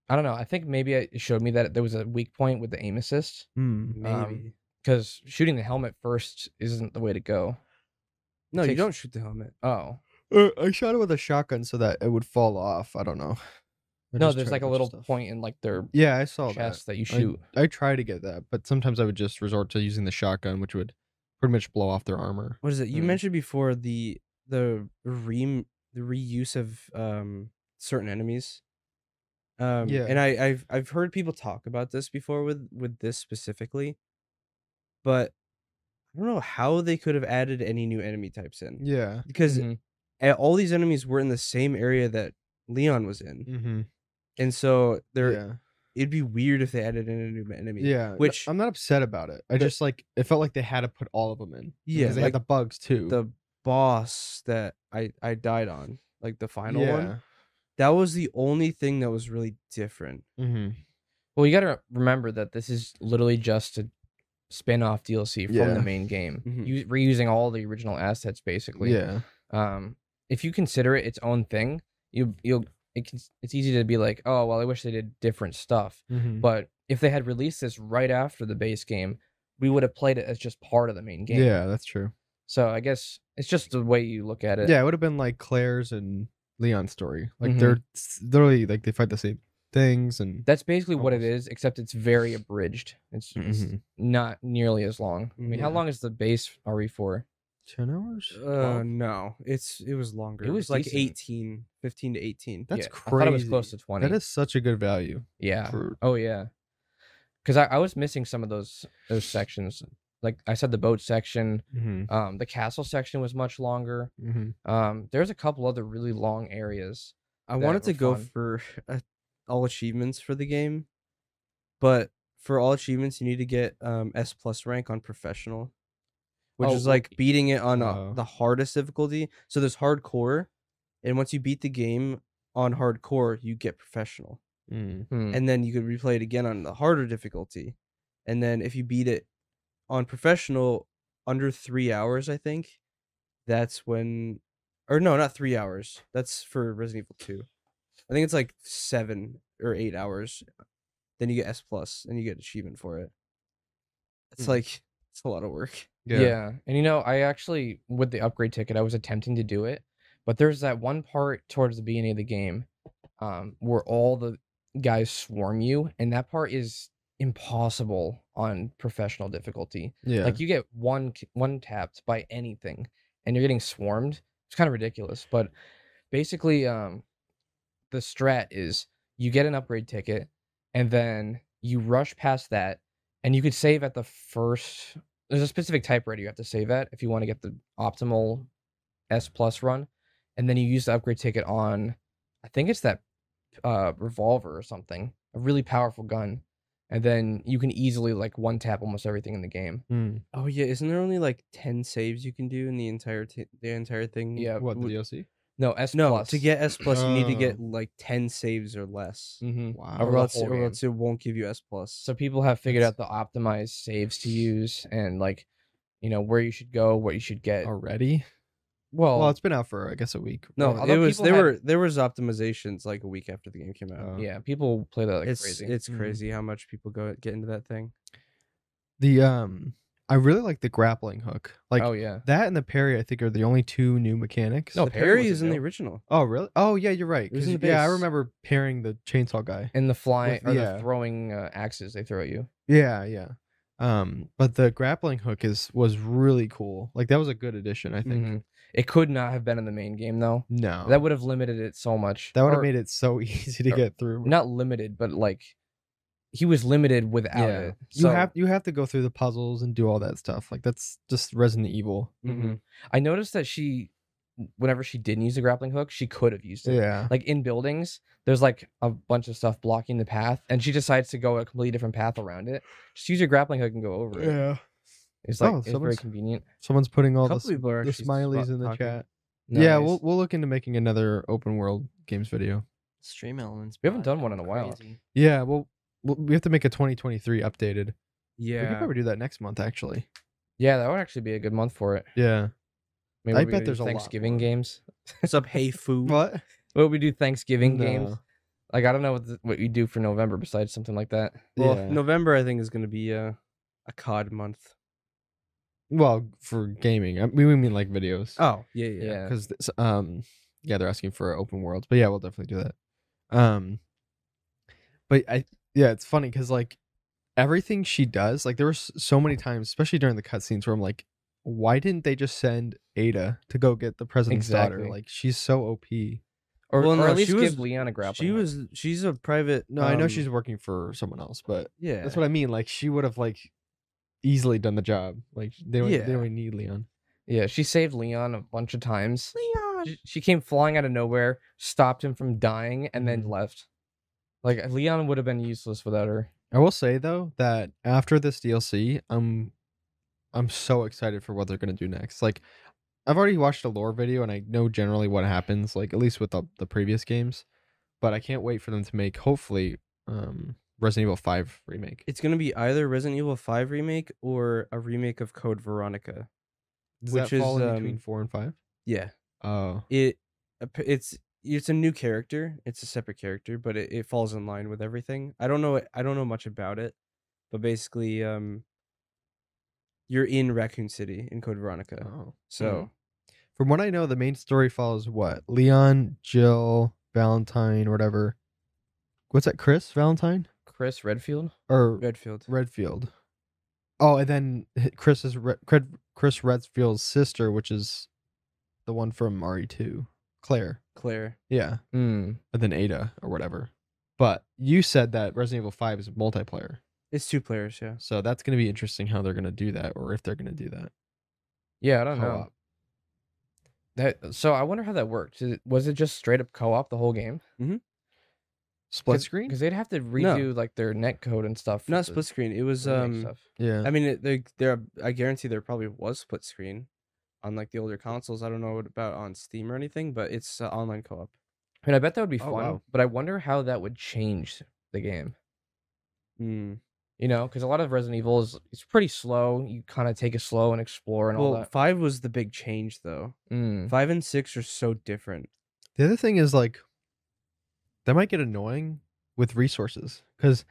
Speaker 1: I don't know. I think maybe it showed me that there was a weak point with the aim assist
Speaker 2: Hmm.
Speaker 3: Maybe.
Speaker 1: Um, because shooting the helmet first isn't the way to go.
Speaker 3: no, you
Speaker 1: takes-
Speaker 3: don't shoot the helmet.
Speaker 1: Oh
Speaker 2: Uh, I shot it with a shotgun so that it would fall off. I don't know. I
Speaker 1: no,
Speaker 2: just
Speaker 1: there's
Speaker 2: tried
Speaker 1: like a
Speaker 2: bunch of
Speaker 1: little
Speaker 2: stuff.
Speaker 1: point in like their
Speaker 2: Yeah, I saw that.
Speaker 1: chest that you shoot.
Speaker 2: I try to get that, but sometimes I would just resort to using the shotgun, which would pretty much blow off their armor.
Speaker 3: What is it? You
Speaker 1: Mm.
Speaker 3: mentioned before the the re the reuse of um certain enemies. Um,
Speaker 2: Yeah.
Speaker 3: and I I've I've heard people talk about this before with with this specifically, but I don't know how they could have added any new enemy types in
Speaker 2: Yeah. Mm-hmm.
Speaker 3: because
Speaker 1: Mhm.
Speaker 3: a- all these enemies were in the same area that Leon was in,
Speaker 2: Mm-hmm.
Speaker 3: and so there
Speaker 2: yeah.
Speaker 3: it'd be weird if they added in a new enemy.
Speaker 2: Yeah. no,
Speaker 3: which-
Speaker 2: I'm not upset about it. I
Speaker 3: the-
Speaker 2: just like it felt like they had to put all of them in.
Speaker 3: Yeah,
Speaker 2: Because they
Speaker 3: like
Speaker 2: had the bugs too.
Speaker 3: the boss that I I died on, like the final one.
Speaker 2: yeah.
Speaker 3: That was the only thing that was really different.
Speaker 2: Mm-hmm.
Speaker 1: Well, you got to remember that this is literally just a spin-off DLC from
Speaker 2: Yeah.
Speaker 1: the main game,
Speaker 3: Mhm.
Speaker 1: You reusing all the original assets basically.
Speaker 2: Yeah.
Speaker 1: Um, if you consider it its own thing, you you'll it can, it's easy to be like, oh well, I wish they did different stuff.
Speaker 2: Mm-hmm.
Speaker 1: But if they had released this right after the base game, we would have played it as just part of the main game.
Speaker 2: Yeah, that's true.
Speaker 1: So I guess it's just the way you look at it.
Speaker 2: Yeah, it would have been like Claire's and Leon's story.
Speaker 3: Mm-hmm.
Speaker 2: Like they're s- literally like they fight the same things and
Speaker 1: That's basically what it
Speaker 2: Almost.
Speaker 1: is, except it's very abridged. It's, it's
Speaker 2: Mhm.
Speaker 1: not nearly as long. I mean, how
Speaker 3: Yeah.
Speaker 1: E long is the base RE4?
Speaker 2: Ten hours?
Speaker 3: Uh, no, it's it was longer. It was,
Speaker 1: was
Speaker 3: like
Speaker 1: decent.
Speaker 3: 18, 15 to eighteen.
Speaker 2: That's
Speaker 1: Yeah,
Speaker 2: crazy.
Speaker 1: I thought it was close to twenty.
Speaker 2: That is such a good value.
Speaker 1: yeah.
Speaker 2: for-
Speaker 1: Oh yeah, because I, I was missing some of those those sections. Like I said, the boat section,
Speaker 3: Mm-hmm.
Speaker 1: um, the castle section was much longer.
Speaker 2: Mm-hmm.
Speaker 1: Um, there's a couple other really long areas.
Speaker 3: I
Speaker 1: that
Speaker 3: wanted to
Speaker 1: were
Speaker 3: go
Speaker 1: fun.
Speaker 3: for uh, all achievements for the game, but for all achievements you need to get um S plus rank on professional, which
Speaker 1: Oh,
Speaker 3: is
Speaker 1: well,
Speaker 3: like beating it on uh,
Speaker 2: Oh.
Speaker 3: the hardest difficulty. So there's hardcore, and once you beat the game on hardcore, you get professional,
Speaker 2: Mm.
Speaker 1: Hmm.
Speaker 3: and then you could replay it again on the harder difficulty, and then if you beat it on professional under three hours, I think that's when, or no, not three hours. That's for Resident Evil Two. I think it's like seven or eight hours. Then you get S plus and you get achievement for it. It's
Speaker 2: Hmm.
Speaker 3: like it's a lot of work.
Speaker 1: Yeah. And you know, I actually with the upgrade ticket, I was attempting to do it, but there's that one part towards the beginning of the game, um, where all the guys swarm you, and that part is impossible on professional difficulty.
Speaker 2: Yeah.
Speaker 1: Like you get one k- one tapped by anything, and you're getting swarmed. It's kind of ridiculous, but basically, um, the strat is you get an upgrade ticket, and then you rush past that, and you could save at the first. There's a specific typewriter you have to save at if you want to get the optimal S plus run, and then you use the upgrade ticket on, I think it's that uh, revolver or something, a really powerful gun, and then you can easily like one tap almost everything in the game.
Speaker 2: Mm.
Speaker 3: Oh yeah, isn't there only like ten saves you can do in the entire t- the entire thing?
Speaker 1: Yeah,
Speaker 2: What the
Speaker 1: w-
Speaker 2: DLC?
Speaker 1: no S
Speaker 3: No,
Speaker 1: plus
Speaker 3: to get S plus, Uh. you need to
Speaker 2: Oh.
Speaker 3: get like ten saves or less,
Speaker 1: Mhm.
Speaker 2: Wow.
Speaker 1: Over
Speaker 3: or
Speaker 1: the
Speaker 3: else,
Speaker 1: whole
Speaker 3: or
Speaker 1: game.
Speaker 3: else it won't give you S plus.
Speaker 1: So people have figured
Speaker 2: That's-
Speaker 1: out the optimized saves to use and like, you know, where you should go, what you should get.
Speaker 2: Already?
Speaker 1: Well,
Speaker 2: Well, it's been out for I guess a week.
Speaker 3: no,
Speaker 1: although
Speaker 3: it was
Speaker 1: people
Speaker 3: there
Speaker 1: had-
Speaker 3: were there was optimizations like a week after the game came out.
Speaker 2: Uh,
Speaker 1: yeah, people play that like
Speaker 3: it's
Speaker 1: crazy.
Speaker 3: it's
Speaker 2: Mhm.
Speaker 3: crazy Mm-hmm. how much people go get into that thing.
Speaker 2: The um, I really like the grappling hook. Like
Speaker 1: oh yeah,
Speaker 2: that and the parry, I think, are the only two new mechanics.
Speaker 1: No,
Speaker 3: the
Speaker 1: parry
Speaker 3: parry
Speaker 1: wasn't
Speaker 3: is in the
Speaker 1: new.
Speaker 3: original.
Speaker 2: Oh really? Oh yeah, you're right.
Speaker 3: It was
Speaker 2: 'cause
Speaker 3: in
Speaker 2: you-
Speaker 3: the
Speaker 2: yeah, I
Speaker 3: base.
Speaker 2: remember parrying the chainsaw guy.
Speaker 1: and the flying
Speaker 2: with-
Speaker 1: or
Speaker 2: yeah.
Speaker 1: the throwing uh, axes they throw at you.
Speaker 2: Yeah, yeah. Um, but the grappling hook is was really cool. Like that was a good addition, I think.
Speaker 1: Mhm. It could not have been in the main game though.
Speaker 3: Oh.
Speaker 2: No,
Speaker 1: That would have limited it so much.
Speaker 2: that would have
Speaker 1: Or
Speaker 2: made it so easy to
Speaker 1: or-
Speaker 2: get through.
Speaker 1: not limited, but like he was limited without
Speaker 2: Yeah.
Speaker 1: it.
Speaker 2: you
Speaker 1: So
Speaker 2: have you have to go through the puzzles and do all that stuff. Like that's just Resident Evil.
Speaker 3: Mm-hmm.
Speaker 1: Mhm. I noticed that she, whenever she didn't use the grappling hook, she could have used it.
Speaker 2: Yeah.
Speaker 1: like in buildings there's like a bunch of stuff blocking the path and she decides to go a completely different path around it just use your grappling hook and go over it
Speaker 2: Yeah.
Speaker 1: it's like
Speaker 2: Oh,
Speaker 1: it's very
Speaker 2: someone's-
Speaker 1: convenient
Speaker 2: Someone's putting all
Speaker 3: couple
Speaker 2: this, the
Speaker 3: people are actually
Speaker 2: smileys
Speaker 3: spot-
Speaker 2: in the
Speaker 3: talking.
Speaker 2: chat.
Speaker 1: Nice.
Speaker 2: Yeah, we'll we'll look into making another open world games video.
Speaker 4: Stream elements.
Speaker 1: We haven't
Speaker 4: bot,
Speaker 1: done one in a while.
Speaker 4: crazy.
Speaker 2: Yeah, well, we'll we have to make a 2023 updated. We could
Speaker 3: Yeah,
Speaker 2: probably do that next month actually.
Speaker 1: yeah that would actually be a good month for it
Speaker 2: Yeah.
Speaker 1: maybe we
Speaker 2: I bet
Speaker 1: could do
Speaker 2: there's a lot
Speaker 1: thanksgiving
Speaker 2: more.
Speaker 1: games
Speaker 3: what's up, hey foo?
Speaker 2: What?
Speaker 1: what would we do thanksgiving games
Speaker 2: No.
Speaker 1: like i don't know what, the, what you do for november besides something like that
Speaker 3: Well,
Speaker 2: yeah.
Speaker 3: November I think is gonna be uh, a COD month.
Speaker 2: Well, for gaming, I mean, we mean like videos.
Speaker 3: Oh yeah yeah.
Speaker 1: yeah,
Speaker 2: because um, yeah, they're asking for open worlds, but yeah, we'll definitely do that. Um, but I yeah, it's funny because like everything she does, like there were s- so many times, especially during the cutscenes, where I'm like, why didn't they just send Ada to go get the president's
Speaker 1: Exactly.
Speaker 2: daughter? Like she's so op.
Speaker 1: or,
Speaker 3: Well,
Speaker 1: or
Speaker 3: no,
Speaker 1: at
Speaker 3: she
Speaker 1: least
Speaker 3: was-
Speaker 1: give leon a grappling
Speaker 3: She
Speaker 1: hook.
Speaker 3: was she's a private.
Speaker 2: No, I know
Speaker 3: um,
Speaker 2: she's working for someone else, but
Speaker 3: Yeah,
Speaker 2: that's what I mean. Like she would have like easily done the job. Like they don't,
Speaker 3: Yeah.
Speaker 2: they don't need Leon.
Speaker 1: yeah she saved leon a bunch of times
Speaker 3: Leon.
Speaker 1: She- she came flying out of nowhere, stopped him from dying, and then
Speaker 3: Mm-hmm.
Speaker 2: Mhm.
Speaker 1: left. Like uh, Leon would have been useless without her.
Speaker 2: I will say though that after this DLC, I'm I'm so excited for what they're gonna do next. Like I've already watched a lore video and I know generally what happens, like at least with the, the previous games. But I can't wait for them to make hopefully um Resident Evil 5 remake.
Speaker 3: It's gonna be either Resident Evil Five remake or a remake of Code Veronica.
Speaker 2: Does
Speaker 3: which
Speaker 2: that fall
Speaker 3: is,
Speaker 2: in between
Speaker 3: um,
Speaker 2: 4 and 5?
Speaker 3: Yeah,
Speaker 2: Oh.
Speaker 3: it ap- it's it's a new character. It's a separate character, but it, it falls in line with everything. I don't know I don't know much about it, but basically, um, you're in Raccoon City in Code Veronica.
Speaker 2: oh.
Speaker 3: So
Speaker 2: From what I know, the main story follows what? Leon, Jill, Valentine, whatever. What's that, Chris? Valentine?
Speaker 1: Chris Redfield.
Speaker 2: Or
Speaker 3: Redfield.
Speaker 2: Redfield. Oh, and then h- Chris's Re- Cred- Chris Redfield's sister, which is the one from RE2, Claire.
Speaker 3: Claire.
Speaker 2: Yeah,
Speaker 1: Mm.
Speaker 2: and then Ada or whatever. But you said that Resident Evil Five is multiplayer,
Speaker 3: It's two players, yeah.
Speaker 2: so that's going to be interesting how they're going to do that, or if they're going to do that.
Speaker 1: Yeah, I don't know.
Speaker 2: Co-op.
Speaker 1: That so I wonder how that worked. Is it- Was it just straight up co-op the whole game?
Speaker 2: split screen.
Speaker 1: Because they'd have to redo like their net code and stuff.
Speaker 3: Not
Speaker 1: for the
Speaker 3: split screen. It was
Speaker 1: remake
Speaker 3: um
Speaker 1: stuff.
Speaker 2: yeah,
Speaker 3: I mean it, there there I guarantee there probably was split screen on like the older consoles. I don't know what about on Steam or anything, but it's uh, online co-op.
Speaker 1: I mean, I bet that would be
Speaker 2: Oh,
Speaker 1: fun,
Speaker 2: wow.
Speaker 1: but I wonder how that would change the game.
Speaker 3: Mm.
Speaker 1: You know, because a lot of Resident Evil is it's pretty slow. You kind of take it slow and explore and all
Speaker 3: Well,
Speaker 1: that.
Speaker 3: 5 was the big change though.
Speaker 1: Mm.
Speaker 3: 5 and 6 are so different.
Speaker 2: The other thing is like that might get annoying with resources because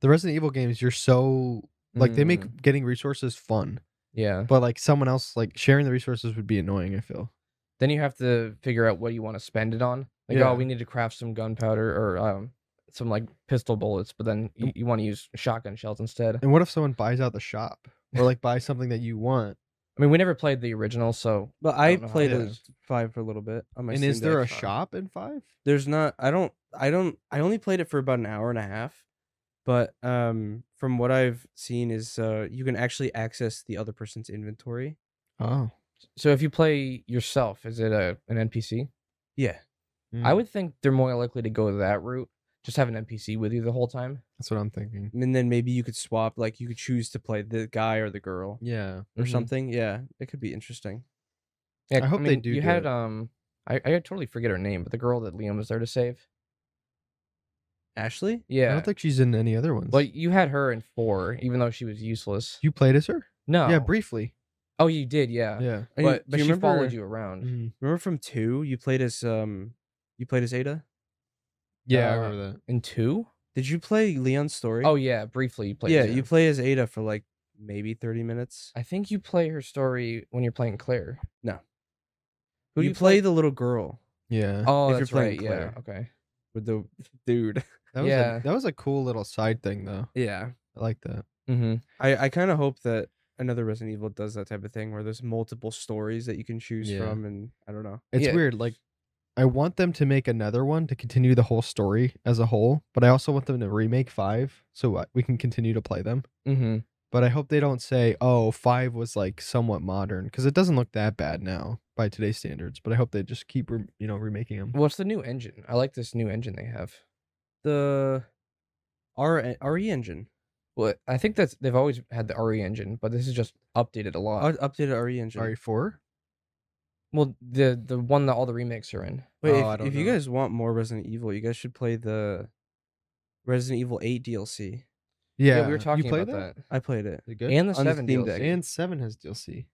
Speaker 2: the Resident Evil games you're so like they
Speaker 1: Mm.
Speaker 2: make getting resources fun,
Speaker 1: yeah.
Speaker 2: but like someone else like sharing the resources would be annoying. I feel.
Speaker 1: Then you have to figure out what you want to spend it on. Like,
Speaker 2: Yeah.
Speaker 1: oh, we need to craft some gunpowder or um some like pistol bullets, but then you, you want to use shotgun shells instead.
Speaker 2: And what if someone buys out the shop or like buys something that you want?
Speaker 1: I mean, we never played the original, so
Speaker 3: But
Speaker 1: I
Speaker 3: I,
Speaker 1: don't know how
Speaker 3: played
Speaker 2: it
Speaker 3: a
Speaker 2: is.
Speaker 3: 5 for a little bit on my
Speaker 2: and is
Speaker 3: Steam
Speaker 2: there a
Speaker 3: Deck.
Speaker 2: shop in five?
Speaker 3: there's not i don't i don't i only played it for about an hour and a half but um from what i've seen is uh you can actually access the other person's inventory
Speaker 2: Oh,
Speaker 1: so if you play yourself, is it a an NPC?
Speaker 3: yeah
Speaker 2: Hmm, Mm-hmm.
Speaker 1: I would think they're more likely to go that route. Just have an NPC with you the whole time
Speaker 2: That's what I'm thinking.
Speaker 3: and then maybe you could swap like you could choose to play the guy or the girl
Speaker 2: Yeah,
Speaker 3: or
Speaker 1: Mhm.
Speaker 3: something yeah it could be interesting
Speaker 1: Yeah,
Speaker 2: I hope they do
Speaker 1: You
Speaker 2: do
Speaker 1: had
Speaker 2: it.
Speaker 1: um, I, I totally forget her name, but the girl that Liam was there to save.
Speaker 3: ashley
Speaker 2: I
Speaker 1: Yeah,
Speaker 2: don't think she's in any other ones.
Speaker 1: well, you had her in four, even though she was useless.
Speaker 2: you played as her?
Speaker 1: No,
Speaker 2: Yeah, briefly.
Speaker 1: oh, you did, yeah.
Speaker 2: Yeah.
Speaker 3: And you-
Speaker 1: But,
Speaker 3: do
Speaker 1: but
Speaker 3: you
Speaker 1: she
Speaker 3: remember,
Speaker 1: followed you around.
Speaker 2: Mm-hmm.
Speaker 3: remember from two you played as um you played as ada
Speaker 2: Yeah, I
Speaker 1: Uh,
Speaker 2: remember that.
Speaker 1: In two?
Speaker 3: did you play leon's story
Speaker 1: Oh yeah, briefly you played.
Speaker 3: yeah
Speaker 1: Zoom.
Speaker 3: you play as ada for like maybe 30 minutes
Speaker 1: I think you play her story when you're playing Claire.
Speaker 3: No.
Speaker 1: Who do
Speaker 3: you,
Speaker 1: you
Speaker 3: play, the little girl
Speaker 2: Yeah.
Speaker 1: Oh,
Speaker 3: if you're
Speaker 1: that's
Speaker 3: playing
Speaker 1: right. Yeah.
Speaker 3: Claire.
Speaker 1: Okay.
Speaker 3: with the dude
Speaker 2: That was
Speaker 1: yeah.
Speaker 2: A, that was a cool little side thing though.
Speaker 3: yeah
Speaker 2: I like that.
Speaker 1: Mm-hmm.
Speaker 3: I, I kind of hope that another Resident Evil does that type of thing where there's multiple stories that you can choose
Speaker 2: Yeah.
Speaker 3: from, and I don't know.
Speaker 2: It's
Speaker 1: Yeah.
Speaker 2: weird. Like, I want them to make another one to continue the whole story as a whole, but I also want them to remake five so I- we can continue to play them.
Speaker 1: Mm-hmm.
Speaker 2: But I hope they don't say, "Oh, five was like somewhat modern," because it doesn't look that bad now by today's standards. But I hope they just keep, re- you know, remaking them.
Speaker 1: What's the new engine? I like this new engine they have.
Speaker 3: The R en- RE engine,
Speaker 1: Well, I think that's they've always had the RE engine, but this is just updated a lot.
Speaker 3: Up- updated RE engine.
Speaker 2: Sorry, four.
Speaker 1: Well, the the one that all the remakes are in.
Speaker 3: Wait,
Speaker 2: Oh,
Speaker 3: if,
Speaker 2: I don't
Speaker 3: if you
Speaker 2: know.
Speaker 3: guys want more Resident Evil, you guys should play the Resident Evil 8 DLC.
Speaker 2: Yeah,
Speaker 1: we were talking
Speaker 2: you played
Speaker 1: about
Speaker 2: that.
Speaker 1: that.
Speaker 3: I played it.
Speaker 2: Is it good?
Speaker 1: And the
Speaker 3: On the
Speaker 1: seven
Speaker 3: Steam
Speaker 1: DLC,
Speaker 3: Deck.
Speaker 2: and seven has DLC.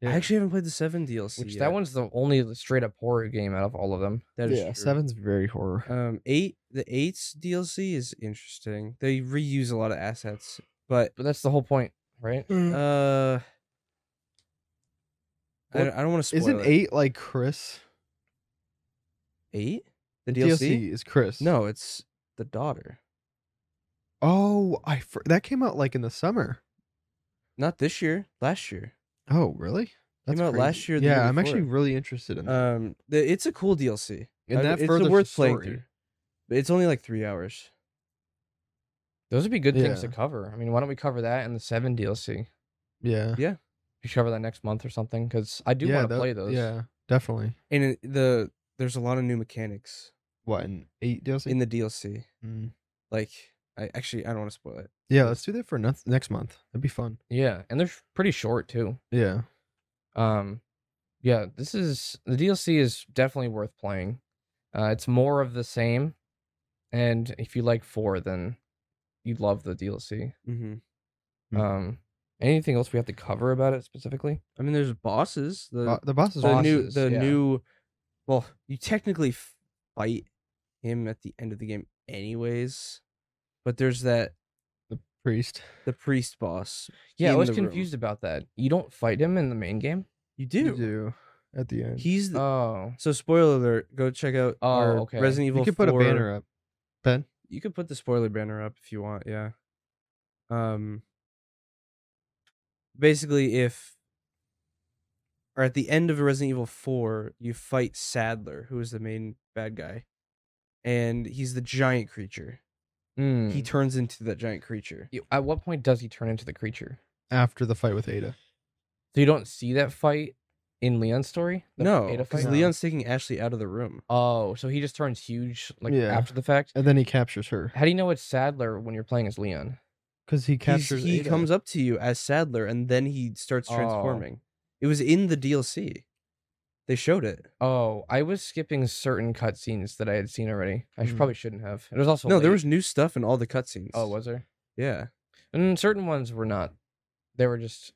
Speaker 2: Yeah.
Speaker 3: I actually haven't played the 7 DLC.
Speaker 1: which
Speaker 3: yet.
Speaker 1: that one's the only straight up horror game out of all of them.
Speaker 3: that is true.
Speaker 2: seven's very horror.
Speaker 3: Um, eight the eight's DLC is interesting. They reuse a lot of assets, but
Speaker 1: But that's the whole point, right?
Speaker 2: Mm.
Speaker 3: uh, I
Speaker 2: What-
Speaker 3: don't, want to spoil.
Speaker 2: Isn't
Speaker 3: it.
Speaker 2: eight like Chris?
Speaker 3: eight? The
Speaker 2: DLC?
Speaker 3: DLC?
Speaker 2: is Chris.
Speaker 3: No, it's the daughter.
Speaker 2: Oh, I fr- that came out like in the summer.
Speaker 3: Not this year. Last year.
Speaker 2: Oh, really?
Speaker 3: out last year or the
Speaker 2: Yeah,
Speaker 3: year
Speaker 2: I'm actually
Speaker 3: before.
Speaker 2: really interested in that.
Speaker 1: Mm-hmm.
Speaker 3: Um, the, it's a cool DLC.
Speaker 2: and
Speaker 3: I-
Speaker 2: that
Speaker 3: it's a
Speaker 2: furthers the
Speaker 3: worth playing
Speaker 2: story.
Speaker 3: through. But It's only like three hours.
Speaker 1: Those would be good things to
Speaker 2: Yeah.
Speaker 1: cover. I mean, why don't we cover that and the seven DLC?
Speaker 2: Yeah.
Speaker 1: We should cover that next month or something because I do
Speaker 2: yeah,
Speaker 1: want to
Speaker 2: that-
Speaker 1: play those.
Speaker 2: Yeah, definitely.
Speaker 3: And it- the there's a lot of new mechanics
Speaker 2: What in eight DLC?
Speaker 3: in the DLC.
Speaker 2: Mm.
Speaker 3: Like I actually I don't want to spoil it.
Speaker 2: Yeah, let's do that for noth- next month. That'd be fun.
Speaker 1: yeah, and they're sh- pretty short too.
Speaker 2: Yeah.
Speaker 1: Um, yeah, this is the DLC is definitely worth playing. Uh, it's more of the same, and if you like four, then you'd love the DLC.
Speaker 3: Mm-hmm.
Speaker 2: Mm.
Speaker 1: Um, anything else we have to cover about it specifically?
Speaker 3: I mean, there's bosses. The
Speaker 2: Bo- the boss is
Speaker 3: the new
Speaker 1: bosses,
Speaker 3: the
Speaker 1: yeah.
Speaker 3: new. Well, you technically f- fight him at the end of the game, anyways. But there's that
Speaker 2: priest.
Speaker 3: the priest boss.
Speaker 1: Yeah, I
Speaker 3: in
Speaker 1: was
Speaker 3: the room.
Speaker 1: confused about that. You don't fight him in the main game.
Speaker 3: You
Speaker 2: You
Speaker 3: do.
Speaker 2: do at the end.
Speaker 3: He's the,
Speaker 1: Oh,
Speaker 3: So spoiler alert, go check out
Speaker 1: Oh,
Speaker 3: our
Speaker 1: okay.
Speaker 3: Resident Evil
Speaker 2: you could put
Speaker 3: 4.
Speaker 2: a banner up. Ben.
Speaker 3: You could put the spoiler banner up if you want, yeah. Um basically if or at the end of Resident Evil 4, you fight Sadler, who is the main bad guy. And he's the giant creature. He
Speaker 1: Mm.
Speaker 3: turns into that giant creature.
Speaker 1: You- At what point does he turn into the creature?
Speaker 2: after the fight with Ada.
Speaker 1: So you don't see that fight in Leon's story? The
Speaker 3: no,
Speaker 1: Ada
Speaker 3: because
Speaker 1: fight?
Speaker 3: Leon's taking Ashley out of the room.
Speaker 1: Oh, so he just turns huge like
Speaker 2: Yeah.
Speaker 1: after the fact.
Speaker 2: And then he captures her
Speaker 1: How do you know it's Sadler when you're playing as Leon?
Speaker 2: because he
Speaker 3: He's-
Speaker 2: captures.
Speaker 3: he
Speaker 2: Ada.
Speaker 3: comes up to you as Sadler, and then he starts
Speaker 1: Oh.
Speaker 3: transforming. It was in the DLC. They showed it.
Speaker 1: Oh, I was skipping certain cutscenes that I had seen already. I should,
Speaker 3: Mhm.
Speaker 1: probably shouldn't have. It Mm-hmm. was also
Speaker 3: no, there
Speaker 1: late.
Speaker 3: was new stuff in all the cutscenes.
Speaker 1: Oh, was there?
Speaker 3: yeah.
Speaker 1: And certain ones were not. They were just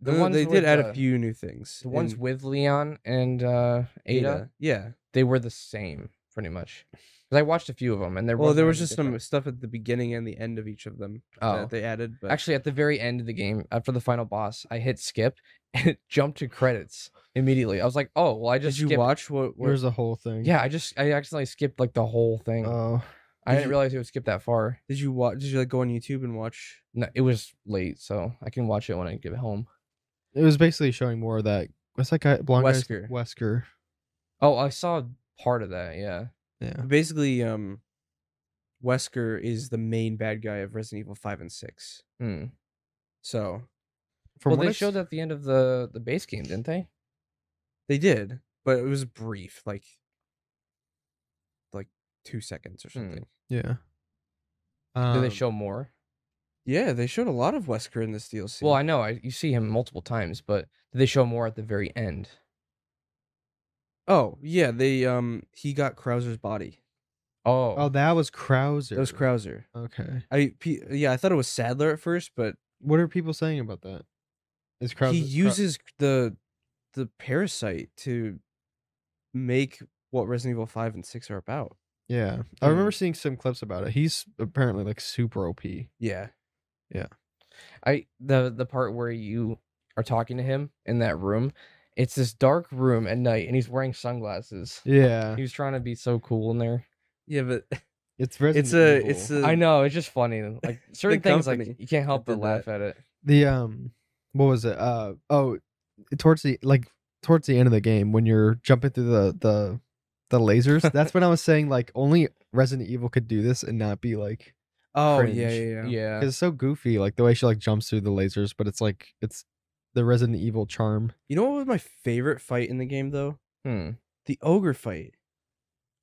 Speaker 1: the
Speaker 3: No,
Speaker 1: ones
Speaker 3: they
Speaker 1: with,
Speaker 3: did add
Speaker 1: uh,
Speaker 3: a few new things.
Speaker 1: the ones
Speaker 3: and
Speaker 1: with Leon and uh, Ada,
Speaker 3: Yeah.
Speaker 1: They were the same pretty much. 'Cause I watched a few of them, and there
Speaker 3: Well,
Speaker 1: wasn't
Speaker 3: there was
Speaker 1: anything
Speaker 3: just some
Speaker 1: different.
Speaker 3: stuff at the beginning and the end of each of them
Speaker 1: Oh,
Speaker 3: that they added. But
Speaker 1: actually, at the very end of the game, after the final boss, I hit skip and it jumped to credits immediately. I was like, "Oh, well, I
Speaker 3: did
Speaker 1: just
Speaker 3: you
Speaker 1: skipped-
Speaker 3: watch what? what
Speaker 2: Where's the whole thing?
Speaker 1: Yeah, I just I accidentally skipped like the whole thing.
Speaker 2: Oh,
Speaker 1: I
Speaker 3: did
Speaker 1: didn't
Speaker 3: you-
Speaker 1: realize it would skip that far.
Speaker 3: did you watch? Did you like go on YouTube and watch?
Speaker 1: No, it was late, so I can watch it when I get home.
Speaker 2: it was basically showing more of that. What's that guy? Blonde guy's-
Speaker 3: Wesker.
Speaker 2: Wesker.
Speaker 1: Oh, I saw part of that. Yeah.
Speaker 2: Yeah.
Speaker 3: Basically, um, Wesker is the main bad guy of Resident Evil Five and Six.
Speaker 1: Hmm.
Speaker 3: So
Speaker 2: From
Speaker 1: well,
Speaker 2: what
Speaker 1: they
Speaker 2: I s-
Speaker 1: showed that at the end of the the base game, didn't they?
Speaker 3: They did, but it was brief, like like two seconds or
Speaker 1: Hmm.
Speaker 3: something.
Speaker 2: Yeah.
Speaker 1: Did
Speaker 2: Um,
Speaker 1: they show more?
Speaker 3: Yeah, they showed a lot of Wesker in this DLC.
Speaker 1: Well, I know I, you see him multiple times, but did they show more at the very end?
Speaker 3: oh yeah, they um he got Krauser's body.
Speaker 1: Oh,
Speaker 2: Oh, that was Krauser.
Speaker 3: That was Krauser.
Speaker 2: Okay.
Speaker 3: I pe- yeah, I thought it was Sadler at first, but
Speaker 2: What are people saying about that? Is Krauser?
Speaker 3: he
Speaker 2: Krau-
Speaker 3: uses the the parasite to make what Resident Evil Five and Six are about.
Speaker 2: yeah, I remember seeing some clips about it. He's apparently like super OP.
Speaker 3: Yeah,
Speaker 1: I the the part where you are talking to him in that room. It's this dark room at night, and he's wearing sunglasses.
Speaker 2: Yeah,
Speaker 1: He was trying to be so cool in there.
Speaker 3: yeah, but
Speaker 2: it's Resident
Speaker 3: it's a
Speaker 2: Evil.
Speaker 3: it's a
Speaker 1: I know it's just funny. Like certain things, like
Speaker 3: company
Speaker 1: you can't help but
Speaker 3: that did
Speaker 1: laugh
Speaker 3: that.
Speaker 1: at it.
Speaker 2: the um what was it uh oh towards the like towards the end of the game when you're jumping through the the the lasers that's when i was saying like only resident evil could do this and not be like
Speaker 3: oh
Speaker 2: cringe.
Speaker 3: yeah yeah yeah.
Speaker 1: Yeah.
Speaker 2: 'cause it's so goofy like the way she like jumps through the lasers but it's like it's the resident evil charm
Speaker 3: You know what was my favorite fight in the game though?
Speaker 1: Hmm.
Speaker 3: The ogre fight.